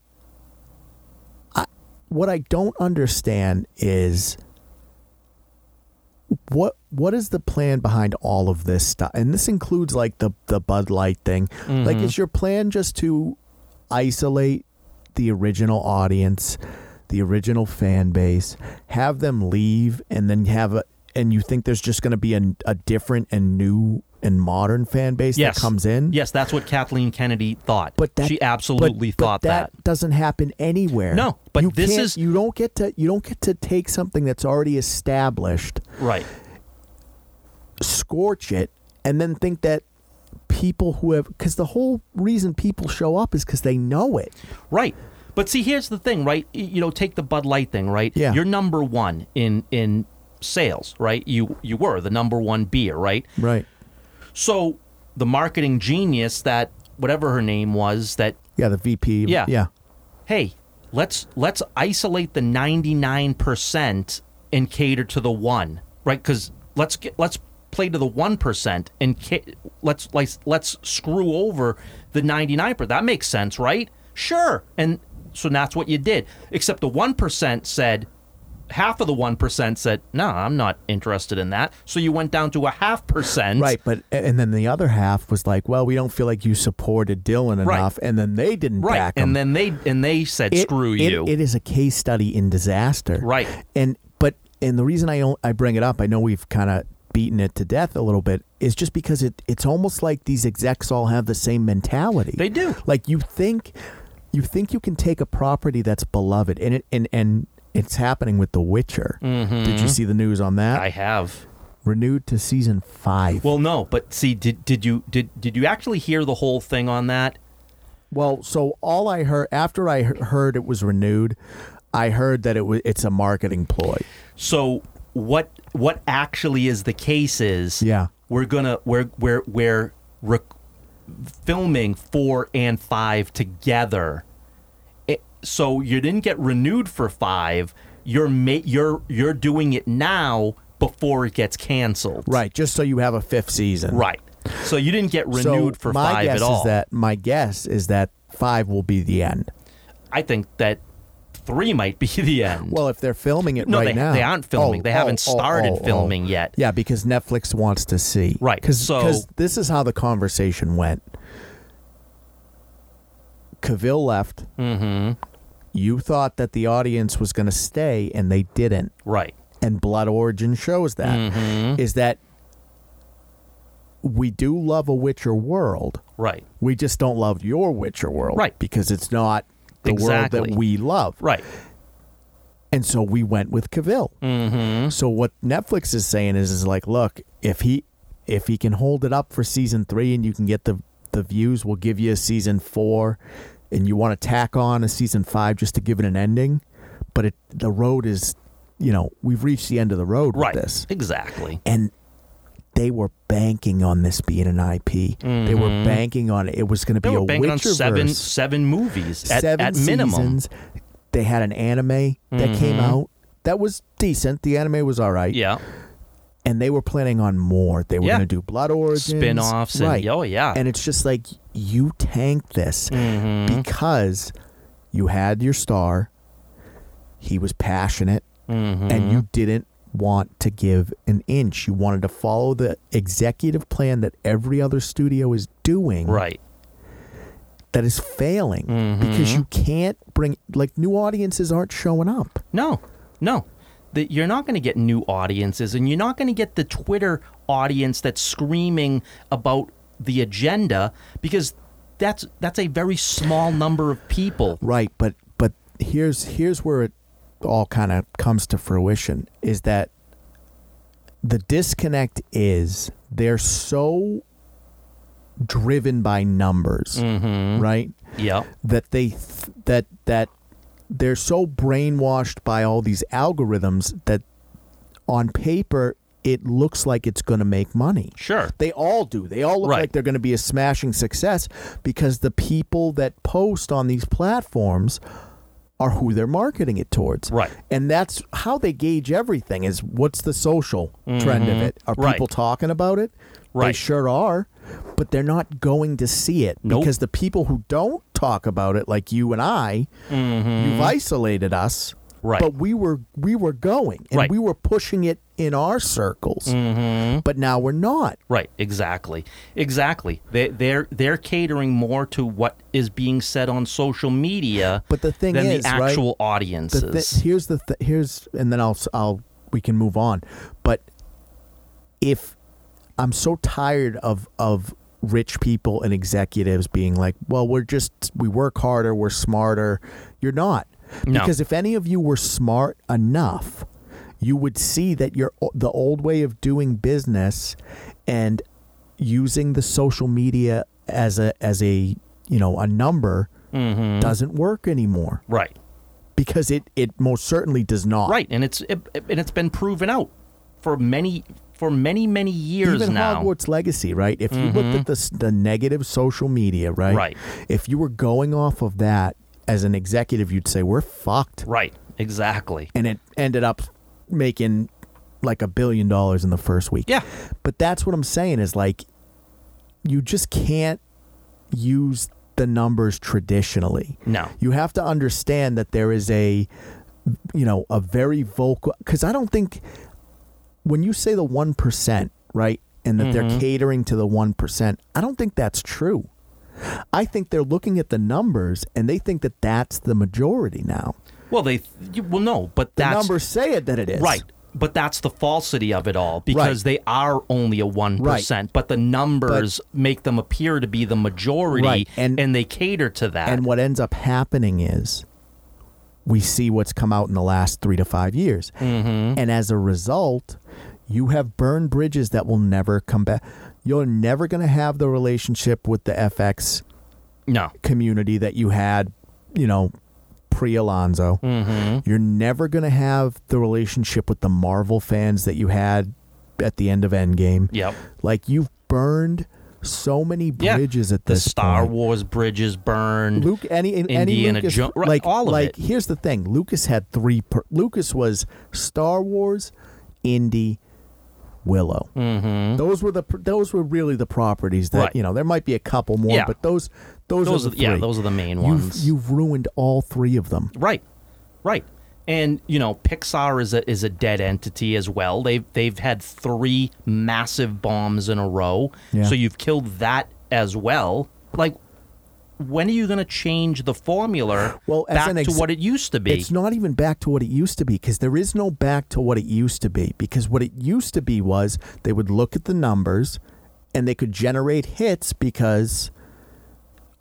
Speaker 1: I, what I don't understand is what what is the plan behind all of this stuff? And this includes like the the Bud Light thing. Like
Speaker 2: Mm-hmm.
Speaker 1: is your plan just to isolate the original audience, the original fan base, have them leave and then have a and you think there's just going to be a, a different and new and modern fan base
Speaker 2: yes,
Speaker 1: that comes in?
Speaker 2: Yes, that's what Kathleen Kennedy thought.
Speaker 1: But that,
Speaker 2: she absolutely
Speaker 1: but- but
Speaker 2: thought that.
Speaker 1: doesn't happen anywhere.
Speaker 2: No, but
Speaker 1: You
Speaker 2: this
Speaker 1: can't-
Speaker 2: is-
Speaker 1: you don't get to you don't get to take something that's already established,
Speaker 2: Right.
Speaker 1: scorch it, and then think that people who have because the whole reason people show up is because they know it.
Speaker 2: Right. But see, here's the thing, right? Y- You know, take the Bud Light thing, right?
Speaker 1: Yeah.
Speaker 2: You're number one in in sales, right? You you were the number one beer, right?
Speaker 1: Right.
Speaker 2: So the marketing genius that whatever her name was that
Speaker 1: Yeah. The VP.
Speaker 2: Yeah.
Speaker 1: Yeah.
Speaker 2: hey let's let's isolate the 99% and cater to the one right because let's get let's play to the 1% and ca- let's like let's screw over the 99% that makes sense right sure and so that's what you did except the 1% said half of the 1% said no i'm not interested in that so you went down to a half percent
Speaker 1: Right, but and then the other half was like, "Well, we don't feel like you supported Dylan
Speaker 2: Right.
Speaker 1: enough," and then they didn't
Speaker 2: right
Speaker 1: back him.
Speaker 2: and then they and they said
Speaker 1: It-
Speaker 2: screw
Speaker 1: it-
Speaker 2: you
Speaker 1: It is a case study in disaster.
Speaker 2: Right.
Speaker 1: And but and the reason I don't- I bring it up, I know we've kind of beaten it to death a little bit, is just because it it's almost like these execs all have the same mentality.
Speaker 2: They do.
Speaker 1: Like you think you think you can take a property that's beloved and it and and it's happening with The Witcher.
Speaker 2: Mm-hmm.
Speaker 1: Did you see the news on that?
Speaker 2: i have
Speaker 1: Renewed to season five.
Speaker 2: Well, no, but see, did did you did did you actually hear the whole thing on that?
Speaker 1: Well, so all I heard after I he- heard it was renewed, I heard that it was it's a marketing ploy.
Speaker 2: So what what actually is the case is
Speaker 1: Yeah.
Speaker 2: we're gonna we're we're we're rec- filming four and five together. It, so you didn't get renewed for five. You're ma- you're you're doing it now before it gets canceled.
Speaker 1: Right, just so you have a fifth season.
Speaker 2: Right. So you didn't get renewed
Speaker 1: So
Speaker 2: for
Speaker 1: my
Speaker 2: five
Speaker 1: guess
Speaker 2: at all.
Speaker 1: Is that my guess is that five will be the end.
Speaker 2: I think that three might be the end.
Speaker 1: Well, if they're filming it
Speaker 2: No,
Speaker 1: right
Speaker 2: they-
Speaker 1: now, Oh,
Speaker 2: they aren't filming. They haven't started filming yet.
Speaker 1: Yeah, because Netflix wants to see.
Speaker 2: Right,
Speaker 1: Because
Speaker 2: so-
Speaker 1: this is how the conversation went. Cavill left. Mm-hmm. You thought that the audience was going to stay, and they didn't.
Speaker 2: right.
Speaker 1: and Blood Origin shows that is
Speaker 2: Mm-hmm.
Speaker 1: that we do love a Witcher world.
Speaker 2: Right.
Speaker 1: We just don't love your Witcher world,
Speaker 2: Right.
Speaker 1: Because it's not the world
Speaker 2: Exactly.
Speaker 1: that we love,
Speaker 2: Right.
Speaker 1: And so we went with Cavill. Mm-hmm. So what Netflix is saying is, is like, look, if he if he can hold it up for season three, and you can get the the views, we'll give you a season four, and you want to tack on a season five just to give it an ending, but it the road is. You know, we've reached the end of the road
Speaker 2: Right.
Speaker 1: with this
Speaker 2: Exactly.
Speaker 1: and they were banking on this being an IP. They were banking on it. It was going to be
Speaker 2: Mm-hmm. They
Speaker 1: a
Speaker 2: were banking on
Speaker 1: Witcherverse.
Speaker 2: seven seven movies at,
Speaker 1: Seven
Speaker 2: at minimum. Mm-hmm.
Speaker 1: seasons. They had an anime that came out that was decent. The anime was all right.
Speaker 2: Yeah.
Speaker 1: And they were planning on more. They were
Speaker 2: Yeah.
Speaker 1: going to do Blood Origins,
Speaker 2: Spin-offs and-
Speaker 1: right?
Speaker 2: oh, yeah. Mm-hmm.
Speaker 1: And it's just like you tanked this because
Speaker 2: Mm-hmm.
Speaker 1: you had your star. He was passionate, and you didn't want to give an inch. You wanted to follow the executive plan that every other studio is doing
Speaker 2: Right.
Speaker 1: that is failing because you can't bring like new audiences aren't showing up.
Speaker 2: No, no. The, you're not going to get new audiences, and you're not going to get the Twitter audience that's screaming about the agenda because that's that's a very small number of people.
Speaker 1: Right, but but here's here's where it all kind of comes to fruition is that the disconnect is they're so driven by numbers, right?
Speaker 2: Mm-hmm. Yeah.
Speaker 1: That they th- that that they're so brainwashed by all these algorithms that on paper it looks like it's going to make money.
Speaker 2: Sure.
Speaker 1: They all do. They all look
Speaker 2: Right.
Speaker 1: like they're going to be a smashing success because the people that post on these platforms are who they're marketing it towards.
Speaker 2: Right.
Speaker 1: And that's how they gauge everything is what's the social trend of it? Are
Speaker 2: Mm-hmm. Right.
Speaker 1: people talking about it? They
Speaker 2: Right.
Speaker 1: sure are, but they're not going to see it
Speaker 2: Nope.
Speaker 1: because the people who don't talk about it like you and I, you've isolated us.
Speaker 2: Mm-hmm. Right.
Speaker 1: But we were we were going and
Speaker 2: Right. Mm-hmm.
Speaker 1: we were pushing it in our circles. But now we're not.
Speaker 2: Right, exactly, exactly. They, they're they're catering more to what is being said on social media,
Speaker 1: But the thing
Speaker 2: than
Speaker 1: is,
Speaker 2: the
Speaker 1: right,
Speaker 2: actual
Speaker 1: the
Speaker 2: audiences.
Speaker 1: thi- here's the th- here's and then I'll s- I'll we can move on. But if I'm so tired of of rich people and executives being like, well, we're just we work harder, we're smarter. You're not
Speaker 2: No.
Speaker 1: because if any of you were smart enough, you would see that your o- the old way of doing business and using the social media as a as a you know a number doesn't work anymore
Speaker 2: right,
Speaker 1: because it it most certainly does not.
Speaker 2: right, and it's it, it- and it's been proven out for many for many many years
Speaker 1: Even
Speaker 2: now. Mm-hmm.
Speaker 1: Hogwarts Legacy, right? If you looked at the s- the negative social media, right?
Speaker 2: Right.
Speaker 1: If you were going off of that as an executive, you'd say we're fucked,
Speaker 2: Right, exactly.
Speaker 1: and it ended up making like a billion dollars in the first week.
Speaker 2: Yeah.
Speaker 1: But that's what I'm saying is like, you just can't use the numbers traditionally.
Speaker 2: No.
Speaker 1: You have to understand that there is a, you know, a very vocal, because I don't think when you say the 1%, right, and that
Speaker 2: Mm-hmm.
Speaker 1: they're catering to the 1%, I don't think that's true. I think they're looking at the numbers and they think that that's the majority now.
Speaker 2: Well, they you- well no, but
Speaker 1: The
Speaker 2: that's
Speaker 1: numbers say it that it is.
Speaker 2: right. But that's the falsity of it all because they are only a 1%, but the numbers make them appear to be the majority
Speaker 1: Right, and-
Speaker 2: they cater to that.
Speaker 1: And what ends up happening is we see what's come out in the last three to five years.
Speaker 2: Mm-hmm.
Speaker 1: And as a result, you have burned bridges that will never come back. You're never going to have the relationship with the FX
Speaker 2: no.
Speaker 1: community that you had, you know, pre Alonzo.
Speaker 2: Mm-hmm.
Speaker 1: You're never going to have the relationship with the Marvel fans that you had at the end of Endgame.
Speaker 2: Yep.
Speaker 1: Like you've burned so many
Speaker 2: Yeah.
Speaker 1: bridges at
Speaker 2: the
Speaker 1: this
Speaker 2: Star
Speaker 1: point.
Speaker 2: Wars bridges burned.
Speaker 1: Luke, any any
Speaker 2: Indiana
Speaker 1: Lucas,
Speaker 2: Jo- right,
Speaker 1: like
Speaker 2: all of
Speaker 1: like
Speaker 2: it.
Speaker 1: here's the thing: Lucas had three. Per- Lucas was Star Wars, Indy, Willow. Mm-hmm. Those were the pr- those were really the properties that
Speaker 2: Right.
Speaker 1: you know. There might be a couple more,
Speaker 2: Yeah.
Speaker 1: but those those,
Speaker 2: those
Speaker 1: are
Speaker 2: are,
Speaker 1: the
Speaker 2: yeah,
Speaker 1: three.
Speaker 2: those are the main
Speaker 1: You've,
Speaker 2: ones.
Speaker 1: you've ruined all three of them.
Speaker 2: Right, right, and you know Pixar is a is a dead entity as well. They've they've had three massive bombs in a row,
Speaker 1: Yeah.
Speaker 2: so you've killed that as well. Like, when are you going to change the formula
Speaker 1: Well, as
Speaker 2: back
Speaker 1: an
Speaker 2: to
Speaker 1: ex-
Speaker 2: what it used to be?
Speaker 1: It's not even back to what it used to be because there is no back to what it used to be because what it used to be was they would look at the numbers and they could generate hits because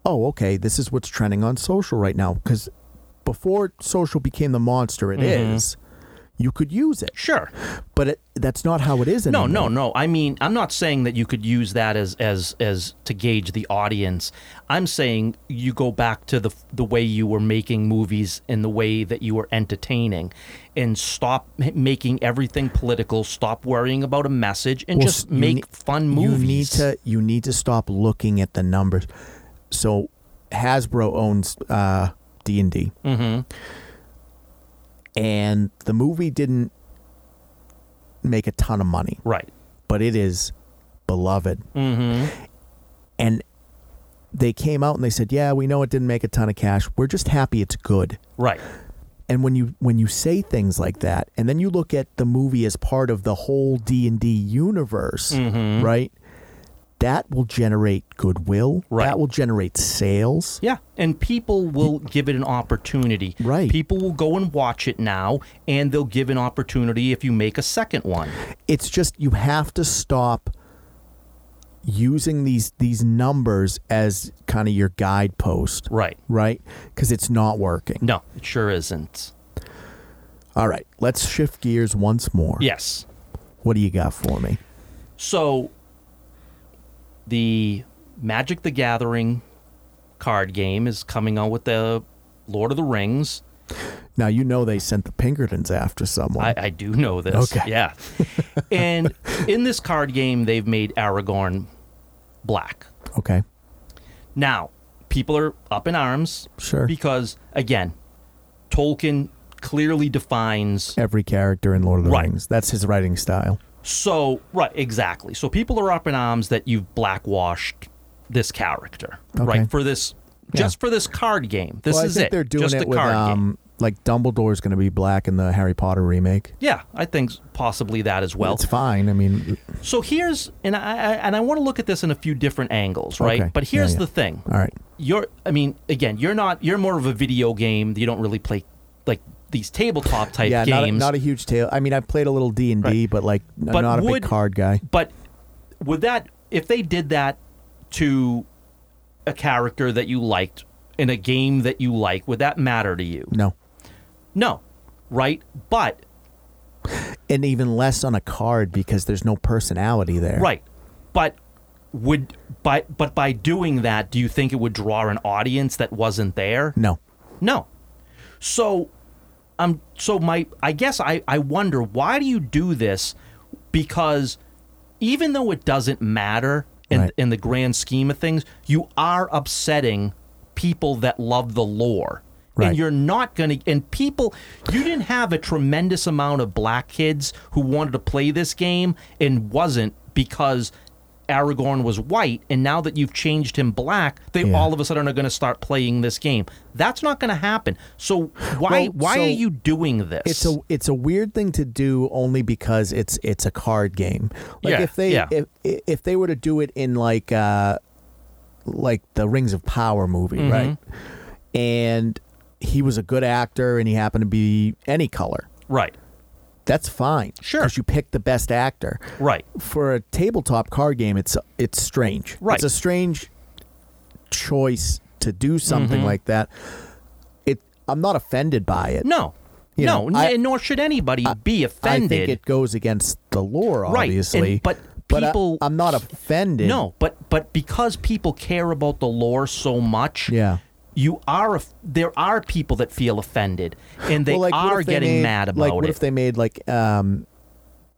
Speaker 1: oh okay this is what's trending on social right now because before social became the monster it is,
Speaker 2: Mm-hmm.
Speaker 1: you could use it
Speaker 2: sure.
Speaker 1: but it, that's not how it is
Speaker 2: No,
Speaker 1: anymore.
Speaker 2: no, no. I mean, I'm not saying that you could use that as as as to gauge the audience. I'm saying you go back to the the way you were making movies and the way that you were entertaining, and stop m- making everything political. Stop worrying about a message and
Speaker 1: Well, s-
Speaker 2: just
Speaker 1: you
Speaker 2: make
Speaker 1: ne-
Speaker 2: fun
Speaker 1: You
Speaker 2: movies.
Speaker 1: need to you need to stop looking at the numbers. So Hasbro owns uh, D and D,
Speaker 2: Mm-hmm.
Speaker 1: and the movie didn't make a ton of money,
Speaker 2: right.
Speaker 1: but it is beloved.
Speaker 2: Mm-hmm.
Speaker 1: And they came out and they said, "Yeah, we know it didn't make a ton of cash. We're just happy it's good."
Speaker 2: Right.
Speaker 1: And when you when you say things like that, and then you look at the movie as part of the whole D and D universe, right? That will generate goodwill.
Speaker 2: Right.
Speaker 1: That will generate sales.
Speaker 2: Yeah, and people will give it an opportunity.
Speaker 1: Right.
Speaker 2: People will go and watch it now, and they'll give an opportunity if you make a second one.
Speaker 1: It's just you have to stop using these these numbers as kind of your guidepost,
Speaker 2: Right.
Speaker 1: right? Because it's not working.
Speaker 2: No, it sure isn't.
Speaker 1: All right, let's shift gears once more.
Speaker 2: Yes.
Speaker 1: What do you got for me?
Speaker 2: So, the Magic the Gathering card game is coming out with the Lord of the Rings.
Speaker 1: Now you know they sent the Pinkertons after someone.
Speaker 2: I, I do know this.
Speaker 1: Okay.
Speaker 2: Yeah. and in this card game, they've made Aragorn black.
Speaker 1: okay.
Speaker 2: Now, people are up in arms.
Speaker 1: Sure.
Speaker 2: Because, again, Tolkien clearly defines.
Speaker 1: Every character in Lord of the
Speaker 2: Right.
Speaker 1: Rings. That's his writing style.
Speaker 2: So, right, exactly. So people are up in arms that you've blackwashed this character,
Speaker 1: Okay.
Speaker 2: right? For this. Just for this card game. This
Speaker 1: well,
Speaker 2: is
Speaker 1: I think
Speaker 2: it.
Speaker 1: they're doing
Speaker 2: just
Speaker 1: it
Speaker 2: the
Speaker 1: with
Speaker 2: card game.
Speaker 1: um like Dumbledore's going to be black in the Harry Potter remake.
Speaker 2: Yeah, I think possibly that as well.
Speaker 1: it's fine. I mean,
Speaker 2: So here's, and I, I and I want to look at this in a few different angles, right?
Speaker 1: Okay.
Speaker 2: But
Speaker 1: Yeah,
Speaker 2: here's
Speaker 1: yeah.
Speaker 2: the thing:
Speaker 1: all right.
Speaker 2: you're, I mean, again, you're not, you're more of a video game. You don't really play like these tabletop type
Speaker 1: Yeah, not a,
Speaker 2: games.
Speaker 1: not a huge tale. I mean, I've played a little D and D,
Speaker 2: Right.
Speaker 1: but like n-
Speaker 2: But
Speaker 1: not a
Speaker 2: would-
Speaker 1: big card guy.
Speaker 2: But would that if they did that to a character that you liked in a game that you like, would that matter to you?
Speaker 1: No,
Speaker 2: No, right? But
Speaker 1: and even less on a card because there's no personality there.
Speaker 2: right, but would by but by doing that, do you think it would draw an audience that wasn't there?
Speaker 1: No.
Speaker 2: No. So um so my I guess I, I wonder why do you do this? Because even though it doesn't matter in
Speaker 1: Right.
Speaker 2: in the grand scheme of things, you are upsetting people that love the lore.
Speaker 1: Right.
Speaker 2: And you're not gonna and people you didn't have a tremendous amount of black kids who wanted to play this game and wasn't because Aragorn was white, and now that you've changed him black, they
Speaker 1: Yeah.
Speaker 2: all of a sudden are going to start playing this game. That's not going to happen. So why
Speaker 1: Well,
Speaker 2: why
Speaker 1: so
Speaker 2: are you doing this?
Speaker 1: It's a it's a weird thing to do only because it's it's a card game. Like
Speaker 2: Yeah,
Speaker 1: if they
Speaker 2: yeah.
Speaker 1: if if they were to do it in like uh like the Rings of Power movie,
Speaker 2: Mm-hmm.
Speaker 1: right? And he was a good actor and he happened to be any color.
Speaker 2: right,
Speaker 1: That's fine.
Speaker 2: Sure.
Speaker 1: Because you picked the best actor.
Speaker 2: right,
Speaker 1: For a tabletop card game, it's it's strange.
Speaker 2: Right.
Speaker 1: It's a strange choice to do something
Speaker 2: Mm-hmm.
Speaker 1: like that. It I'm not offended by it.
Speaker 2: no,
Speaker 1: You
Speaker 2: no,
Speaker 1: know, I-
Speaker 2: n- nor should anybody be
Speaker 1: I
Speaker 2: offended.
Speaker 1: think it goes against the lore,
Speaker 2: Right, and-
Speaker 1: obviously.
Speaker 2: but
Speaker 1: I-
Speaker 2: people-
Speaker 1: I'm not offended.
Speaker 2: no, but but because people care about the lore so much,
Speaker 1: Yeah.
Speaker 2: you are aff- there are people that feel offended, and they
Speaker 1: Well, like, what
Speaker 2: are
Speaker 1: if they
Speaker 2: getting
Speaker 1: made-
Speaker 2: mad about
Speaker 1: like, what
Speaker 2: it.
Speaker 1: if they made like um,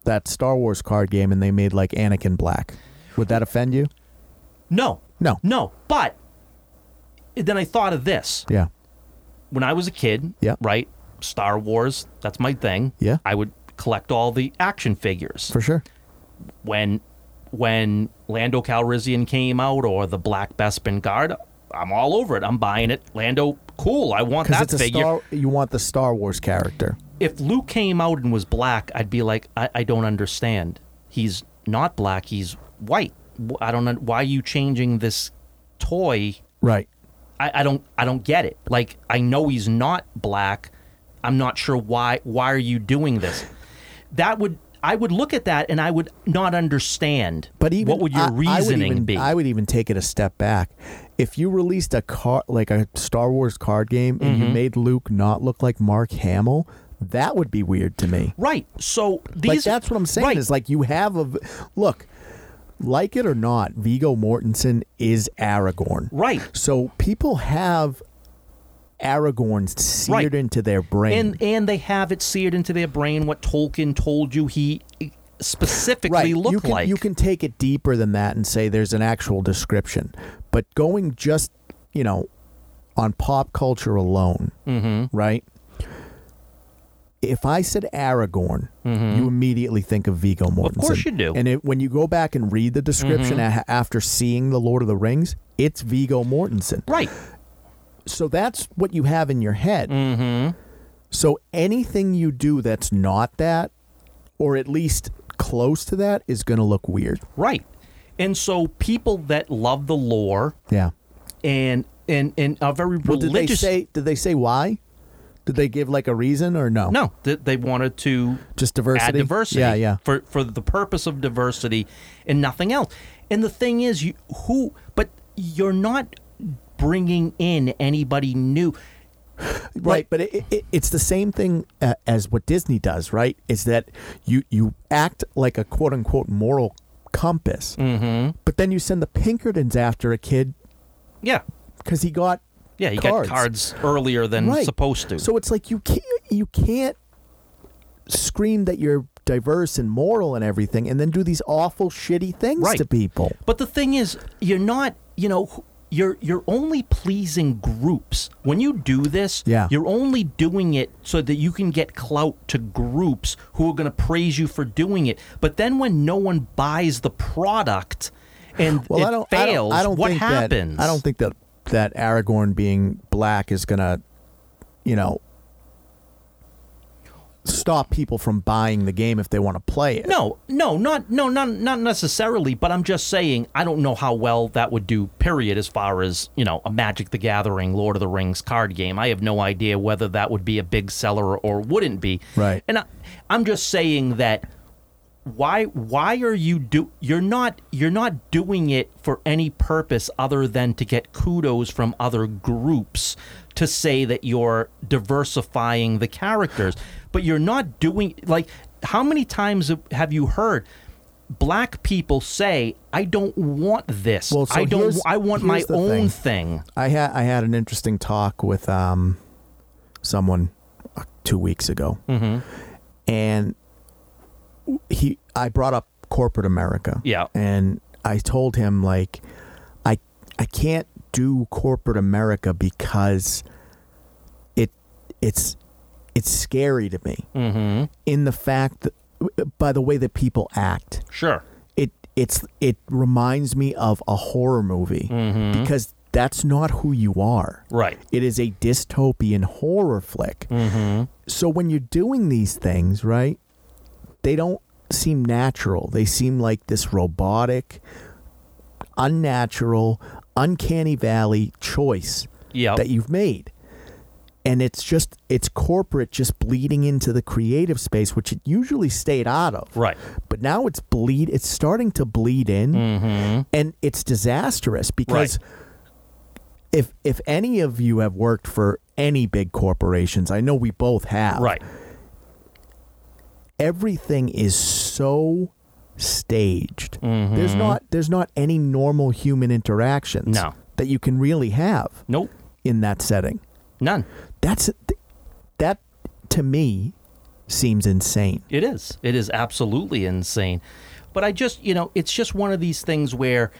Speaker 1: that Star Wars card game and they made like Anakin black? Would that offend you?
Speaker 2: no,
Speaker 1: No.
Speaker 2: no, but then I thought of this.
Speaker 1: Yeah.
Speaker 2: when I was a kid,
Speaker 1: Yeah.
Speaker 2: right? Star Wars, that's my thing.
Speaker 1: Yeah.
Speaker 2: I would collect all the action figures.
Speaker 1: For sure.
Speaker 2: when when Lando Calrissian came out or the Black Bespin Guard, I'm all over it. I'm buying it. Lando, cool. I want
Speaker 1: Because
Speaker 2: that
Speaker 1: it's a
Speaker 2: figure.
Speaker 1: star. You want the Star Wars character.
Speaker 2: If Luke came out and was black, I'd be like, I, I don't understand. He's not black. He's white. Wh- I don't know why are you changing this toy
Speaker 1: Right.
Speaker 2: I, I don't I don't get it. Like I know he's not black. I'm not sure why why are you doing this? That would I would look at that and I would not understand.
Speaker 1: But even
Speaker 2: what would your
Speaker 1: I-
Speaker 2: reasoning
Speaker 1: I would even,
Speaker 2: be?
Speaker 1: I would even take it a step back. If you released a car like a Star Wars card game and
Speaker 2: Mm-hmm.
Speaker 1: you made Luke not look like Mark Hamill, that would be weird to me.
Speaker 2: right. So these
Speaker 1: like that's what I'm saying
Speaker 2: right,
Speaker 1: is like you have a v- look, like it or not, Vigo Mortensen is Aragorn.
Speaker 2: right.
Speaker 1: So people have Aragorn seared
Speaker 2: Right.
Speaker 1: into their brain.
Speaker 2: And and they have it seared into their brain what Tolkien told you he specifically
Speaker 1: right.
Speaker 2: looked
Speaker 1: you can,
Speaker 2: like.
Speaker 1: You can take it deeper than that and say there's an actual description. But going just, you know, on pop culture alone,
Speaker 2: Mm-hmm.
Speaker 1: right? If I said Aragorn, you immediately think of Vigo Mortensen.
Speaker 2: Mm-hmm. of course you do. Mm-hmm.
Speaker 1: And it, when you go back and read the description a- after seeing The Lord of the Rings, it's Vigo Mortensen.
Speaker 2: right. Mm-hmm.
Speaker 1: So that's what you have in your head. So anything you do that's not that, or at least close to that, is going to look weird.
Speaker 2: Right. And so people that love the lore
Speaker 1: Yeah.
Speaker 2: and and and are very
Speaker 1: Well,
Speaker 2: religious.
Speaker 1: did they say? Did they say why? Did they give like a reason or no?
Speaker 2: no, that they wanted to
Speaker 1: Just diversity.
Speaker 2: add diversity.
Speaker 1: Yeah, yeah.
Speaker 2: For for the purpose of diversity and nothing else. And the thing is, you who but you're not bringing in anybody new.
Speaker 1: right but it, it, it's the same thing uh, as what disney does right is that you you act like a quote unquote moral compass mm-hmm. but then you send the pinkertons after a kid
Speaker 2: Yeah.
Speaker 1: because he got
Speaker 2: Yeah, you
Speaker 1: cards.
Speaker 2: got cards earlier than
Speaker 1: right
Speaker 2: supposed to.
Speaker 1: so it's like you can't you can't scream that you're diverse and moral and everything and then do these awful shitty things
Speaker 2: Right.
Speaker 1: to people
Speaker 2: But the thing is, you're not, you know, you're you're only pleasing groups. When you do this,
Speaker 1: Yeah.
Speaker 2: you're only doing it so that you can get clout to groups who are going to praise you for doing it. But then when no one buys the product and
Speaker 1: well
Speaker 2: it
Speaker 1: i don't
Speaker 2: fails,
Speaker 1: i don't, I don't
Speaker 2: what
Speaker 1: think
Speaker 2: happens?
Speaker 1: that i don't think that that aragorn being black is gonna you know stop people from buying the game if they want to play it
Speaker 2: No, no, not no, not not necessarily. But I'm just saying, I don't know how well that would do. Period. As far as you know, a Magic the Gathering, Lord of the Rings card game. I have no idea whether that would be a big seller or wouldn't be.
Speaker 1: Right.
Speaker 2: And I, I'm just saying that why why are you do you're not you're not doing it for any purpose other than to get kudos from other groups to say that you're diversifying the characters but you're not doing like how many times have you heard black people say i don't want this
Speaker 1: Well, so
Speaker 2: i don't
Speaker 1: here's-
Speaker 2: i want my
Speaker 1: here's the
Speaker 2: own
Speaker 1: thing.
Speaker 2: thing.
Speaker 1: i had i had an interesting talk with um someone uh, two weeks ago
Speaker 2: Mm-hmm.
Speaker 1: and he i brought up corporate america
Speaker 2: Yeah.
Speaker 1: and i told him like i i can't do corporate america because it it's it's scary to me
Speaker 2: mhm
Speaker 1: in the fact that, by the way that people act
Speaker 2: sure
Speaker 1: it it's it reminds me of a horror movie
Speaker 2: Mm-hmm.
Speaker 1: because that's not who you are
Speaker 2: right
Speaker 1: it is a dystopian horror flick.
Speaker 2: Mm-hmm.
Speaker 1: So when you're doing these things, right, they don't seem natural. They seem like this robotic, unnatural, uncanny valley choice
Speaker 2: yeah
Speaker 1: that you've made. And it's just, it's corporate just bleeding into the creative space, which it usually stayed out of.
Speaker 2: right
Speaker 1: But now it's bleed, it's starting to bleed in
Speaker 2: mhm
Speaker 1: and it's disastrous because if if any of you have worked for any big corporations, I know we both have.
Speaker 2: right
Speaker 1: Everything is so staged.
Speaker 2: Mm-hmm.
Speaker 1: There's not there's not any normal human interactions
Speaker 2: No.
Speaker 1: that you can really have
Speaker 2: nope
Speaker 1: in that setting.
Speaker 2: none
Speaker 1: That's that to me seems insane.
Speaker 2: It is. It is absolutely insane. But I just, you know, it's just one of these things where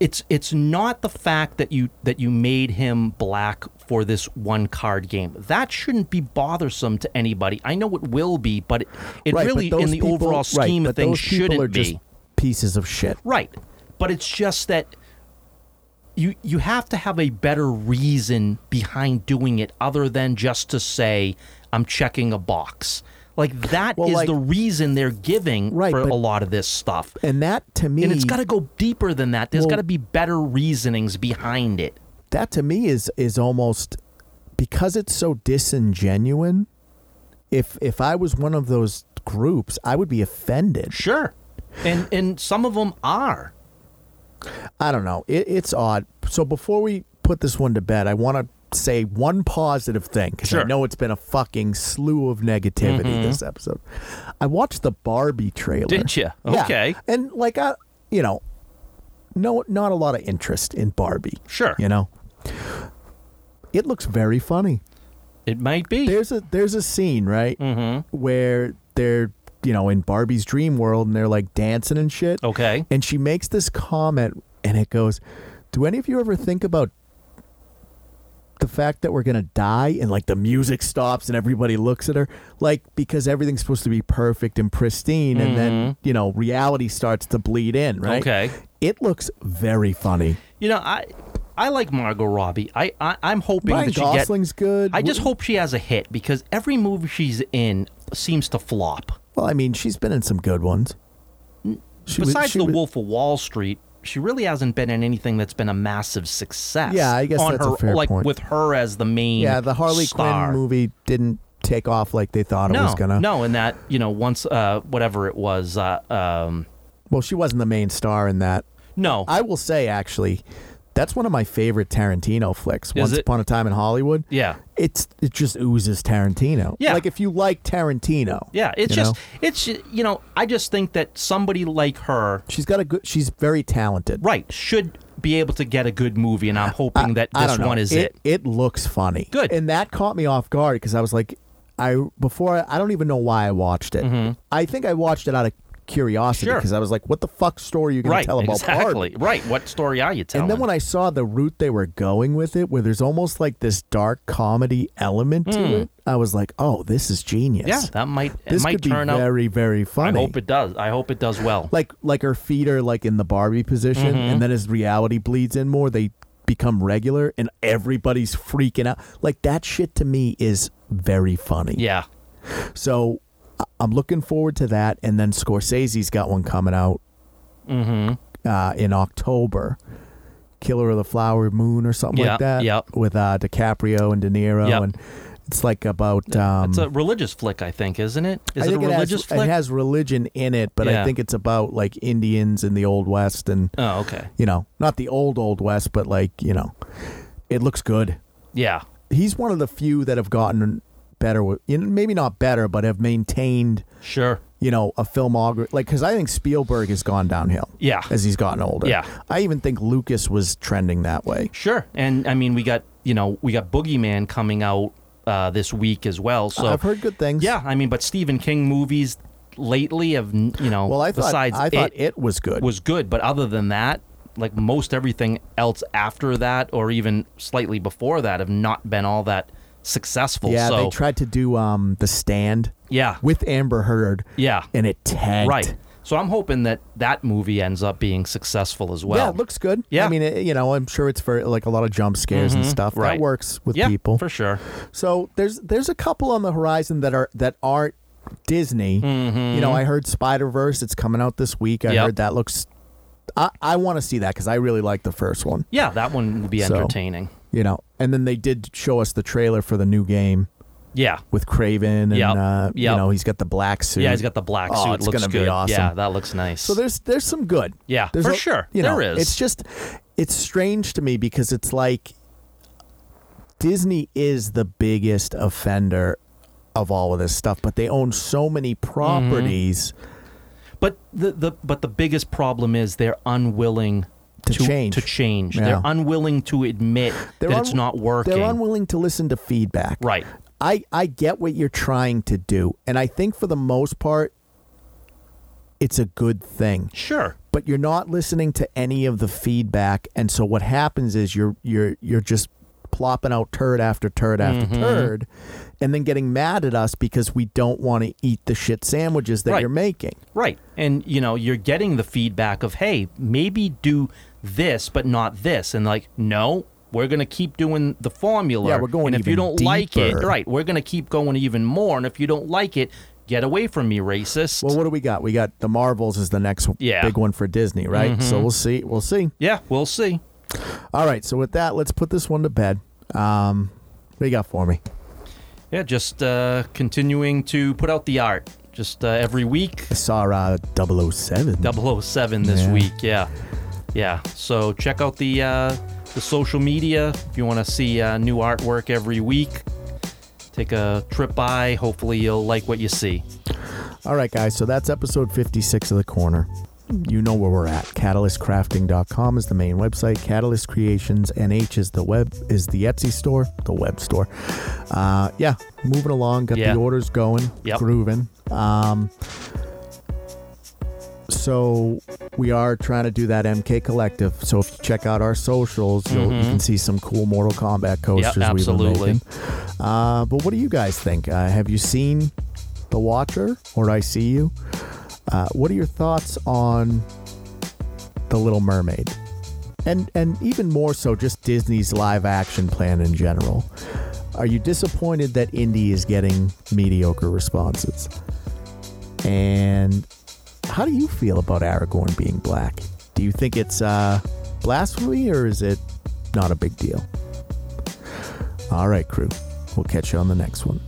Speaker 2: it's it's not the fact that you that you made him black for this one card game. That shouldn't be bothersome to anybody. I know it will be, but it, it
Speaker 1: right, but
Speaker 2: really
Speaker 1: those
Speaker 2: in the
Speaker 1: people-
Speaker 2: overall scheme
Speaker 1: right,
Speaker 2: of
Speaker 1: but
Speaker 2: things
Speaker 1: those people
Speaker 2: shouldn't
Speaker 1: are
Speaker 2: be.
Speaker 1: just pieces of shit.
Speaker 2: Right. But it's just that you you have to have a better reason behind doing it other than just to say I'm checking a box. Like that is
Speaker 1: Well, like-
Speaker 2: the reason they're giving
Speaker 1: Right,
Speaker 2: for
Speaker 1: but-
Speaker 2: a lot of this stuff.
Speaker 1: And that to me
Speaker 2: And it's got to go deeper than that. There's
Speaker 1: Well-
Speaker 2: got to be better reasonings behind it.
Speaker 1: that to me is is almost because it's so disingenuous. If if I was one of those groups, I would be offended.
Speaker 2: Sure. And and some of them are.
Speaker 1: I don't know. It, it's odd. So before we put this one to bed, I want to say one positive thing because I
Speaker 2: Sure. Mm-hmm.
Speaker 1: know it's been a fucking slew of negativity this episode. I watched the Barbie trailer.
Speaker 2: Did ya?
Speaker 1: Yeah.
Speaker 2: Okay.
Speaker 1: And like I, you know, no, not a lot of interest in Barbie.
Speaker 2: Sure.
Speaker 1: You know, it looks very funny.
Speaker 2: It might be.
Speaker 1: there's a there's a scene right
Speaker 2: Mm-hmm.
Speaker 1: where they're you know in Barbie's dream world and they're like dancing and shit.
Speaker 2: Okay.
Speaker 1: And she makes this comment and it goes, "Do any of you ever think about the fact that we're gonna die?" And like the music stops and everybody looks at her like because everything's supposed to be perfect and pristine, and then you know reality starts to bleed in. Right?
Speaker 2: Mm-hmm. Okay.
Speaker 1: It looks very funny.
Speaker 2: You know, I I like Margot Robbie. I, I I'm hoping
Speaker 1: Ryan
Speaker 2: that she get-
Speaker 1: Gosling's good.
Speaker 2: I just hope she has a hit because every movie she's in seems to flop.
Speaker 1: Well, I mean, she's been in some good ones. She was-
Speaker 2: Besides
Speaker 1: she
Speaker 2: The
Speaker 1: was-
Speaker 2: Wolf of Wall Street, she really hasn't been in anything that's been a massive success.
Speaker 1: Yeah, I guess
Speaker 2: on
Speaker 1: that's a
Speaker 2: her,
Speaker 1: fair
Speaker 2: like
Speaker 1: point.
Speaker 2: with her as the main.
Speaker 1: Yeah, the Harley
Speaker 2: star.
Speaker 1: Quinn movie didn't take off like they thought it
Speaker 2: No,
Speaker 1: was gonna.
Speaker 2: no, and that you know once uh, whatever it was. Uh, um,
Speaker 1: Well, she wasn't the main star in that.
Speaker 2: no,
Speaker 1: I will say actually, that's one of my favorite Tarantino flicks. Once
Speaker 2: it?
Speaker 1: upon a time in Hollywood.
Speaker 2: yeah,
Speaker 1: It's it just oozes Tarantino.
Speaker 2: Yeah.
Speaker 1: Like if you like Tarantino.
Speaker 2: yeah. It's
Speaker 1: you
Speaker 2: just
Speaker 1: know?
Speaker 2: it's you know I just think that somebody like her,
Speaker 1: she's got a good she's very talented.
Speaker 2: right, should be able to get a good movie, and I'm hoping that
Speaker 1: I
Speaker 2: this
Speaker 1: don't know.
Speaker 2: one is it.
Speaker 1: It looks funny.
Speaker 2: Good.
Speaker 1: And that caught me off guard because I was like, I before I don't even know why I watched it. I think I watched it out of curiosity
Speaker 2: Mm-hmm. Sure.
Speaker 1: because I was like, what the fuck story are you going to
Speaker 2: Right,
Speaker 1: tell about
Speaker 2: exactly.
Speaker 1: Bard?
Speaker 2: Right. What story are you telling?
Speaker 1: And then when I saw the route they were going with it, where there's almost like this dark comedy element to it, I was like, oh, this is genius.
Speaker 2: Hmm. yeah, that might it
Speaker 1: this
Speaker 2: might
Speaker 1: could be
Speaker 2: turn out
Speaker 1: very, very
Speaker 2: I
Speaker 1: funny.
Speaker 2: hope it does. I hope it does well.
Speaker 1: like like her feet are like in the Barbie position,
Speaker 2: Mm-hmm.
Speaker 1: and then as reality bleeds in more, they become regular, and everybody's freaking out. Like that shit to me is very funny.
Speaker 2: yeah.
Speaker 1: So I- I'm looking forward to that, and then Scorsese's got one coming out
Speaker 2: Mm-hmm.
Speaker 1: uh, in October. Killer of the Flower Moon or something
Speaker 2: Yeah,
Speaker 1: like that.
Speaker 2: yeah.
Speaker 1: With uh, DiCaprio and De Niro,
Speaker 2: Yep.
Speaker 1: and it's like about um,
Speaker 2: It's a religious flick, I think, isn't it? Is
Speaker 1: I
Speaker 2: it a
Speaker 1: think
Speaker 2: religious
Speaker 1: has,
Speaker 2: flick?
Speaker 1: It has religion in it, but I
Speaker 2: Yeah.
Speaker 1: think it's about like Indians in the Old West and
Speaker 2: oh, okay.
Speaker 1: you know, not the old old west, but like you know, it looks good.
Speaker 2: Yeah.
Speaker 1: He's one of the few that have gotten better with, you know, maybe not better, but have maintained
Speaker 2: Sure.
Speaker 1: you know a filmography. Like because I think Spielberg has gone downhill.
Speaker 2: Yeah.
Speaker 1: as he's gotten older.
Speaker 2: Yeah.
Speaker 1: I even think Lucas was trending that way.
Speaker 2: Sure. And I mean, we got you know we got Boogeyman coming out uh, this week as well. So
Speaker 1: I've heard good things.
Speaker 2: yeah, I mean, but Stephen King movies lately have n- you know
Speaker 1: Well, I thought
Speaker 2: besides
Speaker 1: I thought
Speaker 2: it
Speaker 1: it, was good.
Speaker 2: was good, but other than that. Like most everything else after that, or even slightly before that, have not been all that successful.
Speaker 1: yeah,
Speaker 2: so
Speaker 1: they tried to do um the stand
Speaker 2: yeah,
Speaker 1: with Amber Heard.
Speaker 2: Yeah.
Speaker 1: and it tanked.
Speaker 2: Right. So I'm hoping that that movie ends up being successful as well.
Speaker 1: yeah, it looks good.
Speaker 2: Yeah. Mm-hmm.
Speaker 1: I mean, it, you know, I'm sure it's for like a lot of jump scares and stuff. That
Speaker 2: right.
Speaker 1: works with
Speaker 2: yeah,
Speaker 1: people.
Speaker 2: for sure.
Speaker 1: So there's there's a couple on the horizon that are that aren't Disney. You know, I heard Spider Verse. It's coming out this week. I
Speaker 2: Mm-hmm. Yep.
Speaker 1: heard that looks. I I want to see that because I really like the first one.
Speaker 2: Yeah, that one will be
Speaker 1: So-
Speaker 2: entertaining.
Speaker 1: You know, and then they did show us the trailer for the new game
Speaker 2: Yeah.
Speaker 1: with Craven, and
Speaker 2: Yep.
Speaker 1: uh, you
Speaker 2: Yep.
Speaker 1: know he's got the black suit.
Speaker 2: Yeah, he's got the black
Speaker 1: Oh,
Speaker 2: suit.
Speaker 1: it's
Speaker 2: looks
Speaker 1: gonna be
Speaker 2: good.
Speaker 1: awesome.
Speaker 2: Yeah, that looks nice.
Speaker 1: So there's there's some good.
Speaker 2: Yeah,
Speaker 1: There's
Speaker 2: for
Speaker 1: a-
Speaker 2: sure.
Speaker 1: You know,
Speaker 2: There is.
Speaker 1: It's just it's strange to me because it's like Disney is the biggest offender of all of this stuff, but they own so many
Speaker 2: Mm-hmm.
Speaker 1: properties
Speaker 2: but the, the but the biggest problem is they're unwilling
Speaker 1: To change.
Speaker 2: To change.
Speaker 1: Yeah.
Speaker 2: They're unwilling to admit
Speaker 1: They're
Speaker 2: that
Speaker 1: un-
Speaker 2: it's not working.
Speaker 1: They're unwilling to listen to feedback.
Speaker 2: right.
Speaker 1: I, I get what you're trying to do, and I think for the most part it's a good thing.
Speaker 2: Sure.
Speaker 1: But you're not listening to any of the feedback, and so what happens is you're you're you're just plopping out turd after turd after
Speaker 2: Mm-hmm.
Speaker 1: turd, and then getting mad at us because we don't want to eat the shit sandwiches that
Speaker 2: Right.
Speaker 1: you're making.
Speaker 2: Right. And you know, you're getting the feedback of, "Hey, maybe do this but not this." And like, "No, we're going to keep doing the formula."
Speaker 1: Yeah, we're going
Speaker 2: And if you
Speaker 1: even
Speaker 2: don't like it,
Speaker 1: deeper.
Speaker 2: right, we're going to keep going even more, and if you don't like it, get away from me, racist.
Speaker 1: Well, what do we got? We got the Marvels is the next
Speaker 2: Yeah. Mm-hmm.
Speaker 1: big one for Disney, right? So we'll see. We'll see.
Speaker 2: yeah, we'll see.
Speaker 1: All right. So with that, let's put this one to bed. Um, what do you got for me?
Speaker 2: Yeah, just uh continuing to put out the art just uh, every week.
Speaker 1: I saw uh, 007.
Speaker 2: 007 this
Speaker 1: Yeah.
Speaker 2: week. Yeah. Yeah. So check out the uh, the social media if you want to see uh, new artwork every week. Take a trip by. Hopefully you'll like what you see.
Speaker 1: All right, guys. So that's episode 56 of The Corner. You know where we're at. CatalystCrafting.com is the main website. Catalyst Creations NH is the web is the Etsy store, the web store. Uh, yeah, moving along. Got
Speaker 2: Yeah.
Speaker 1: the orders going,
Speaker 2: Yep.
Speaker 1: grooving. Um, so we are trying to do that MK Collective. So if you check out our socials, you'll, you can see some cool Mortal Kombat coasters we've been
Speaker 2: absolutely.
Speaker 1: making. Uh, but what do you guys think? Uh, have you seen The Watcher or I See You? Uh, what are your thoughts on The Little Mermaid? and and even more so, just Disney's live action plan in general. Are you disappointed that indie is getting mediocre responses? And how do you feel about Aragorn being black? Do you think it's uh, blasphemy or is it not a big deal? All right, crew. We'll catch you on the next one.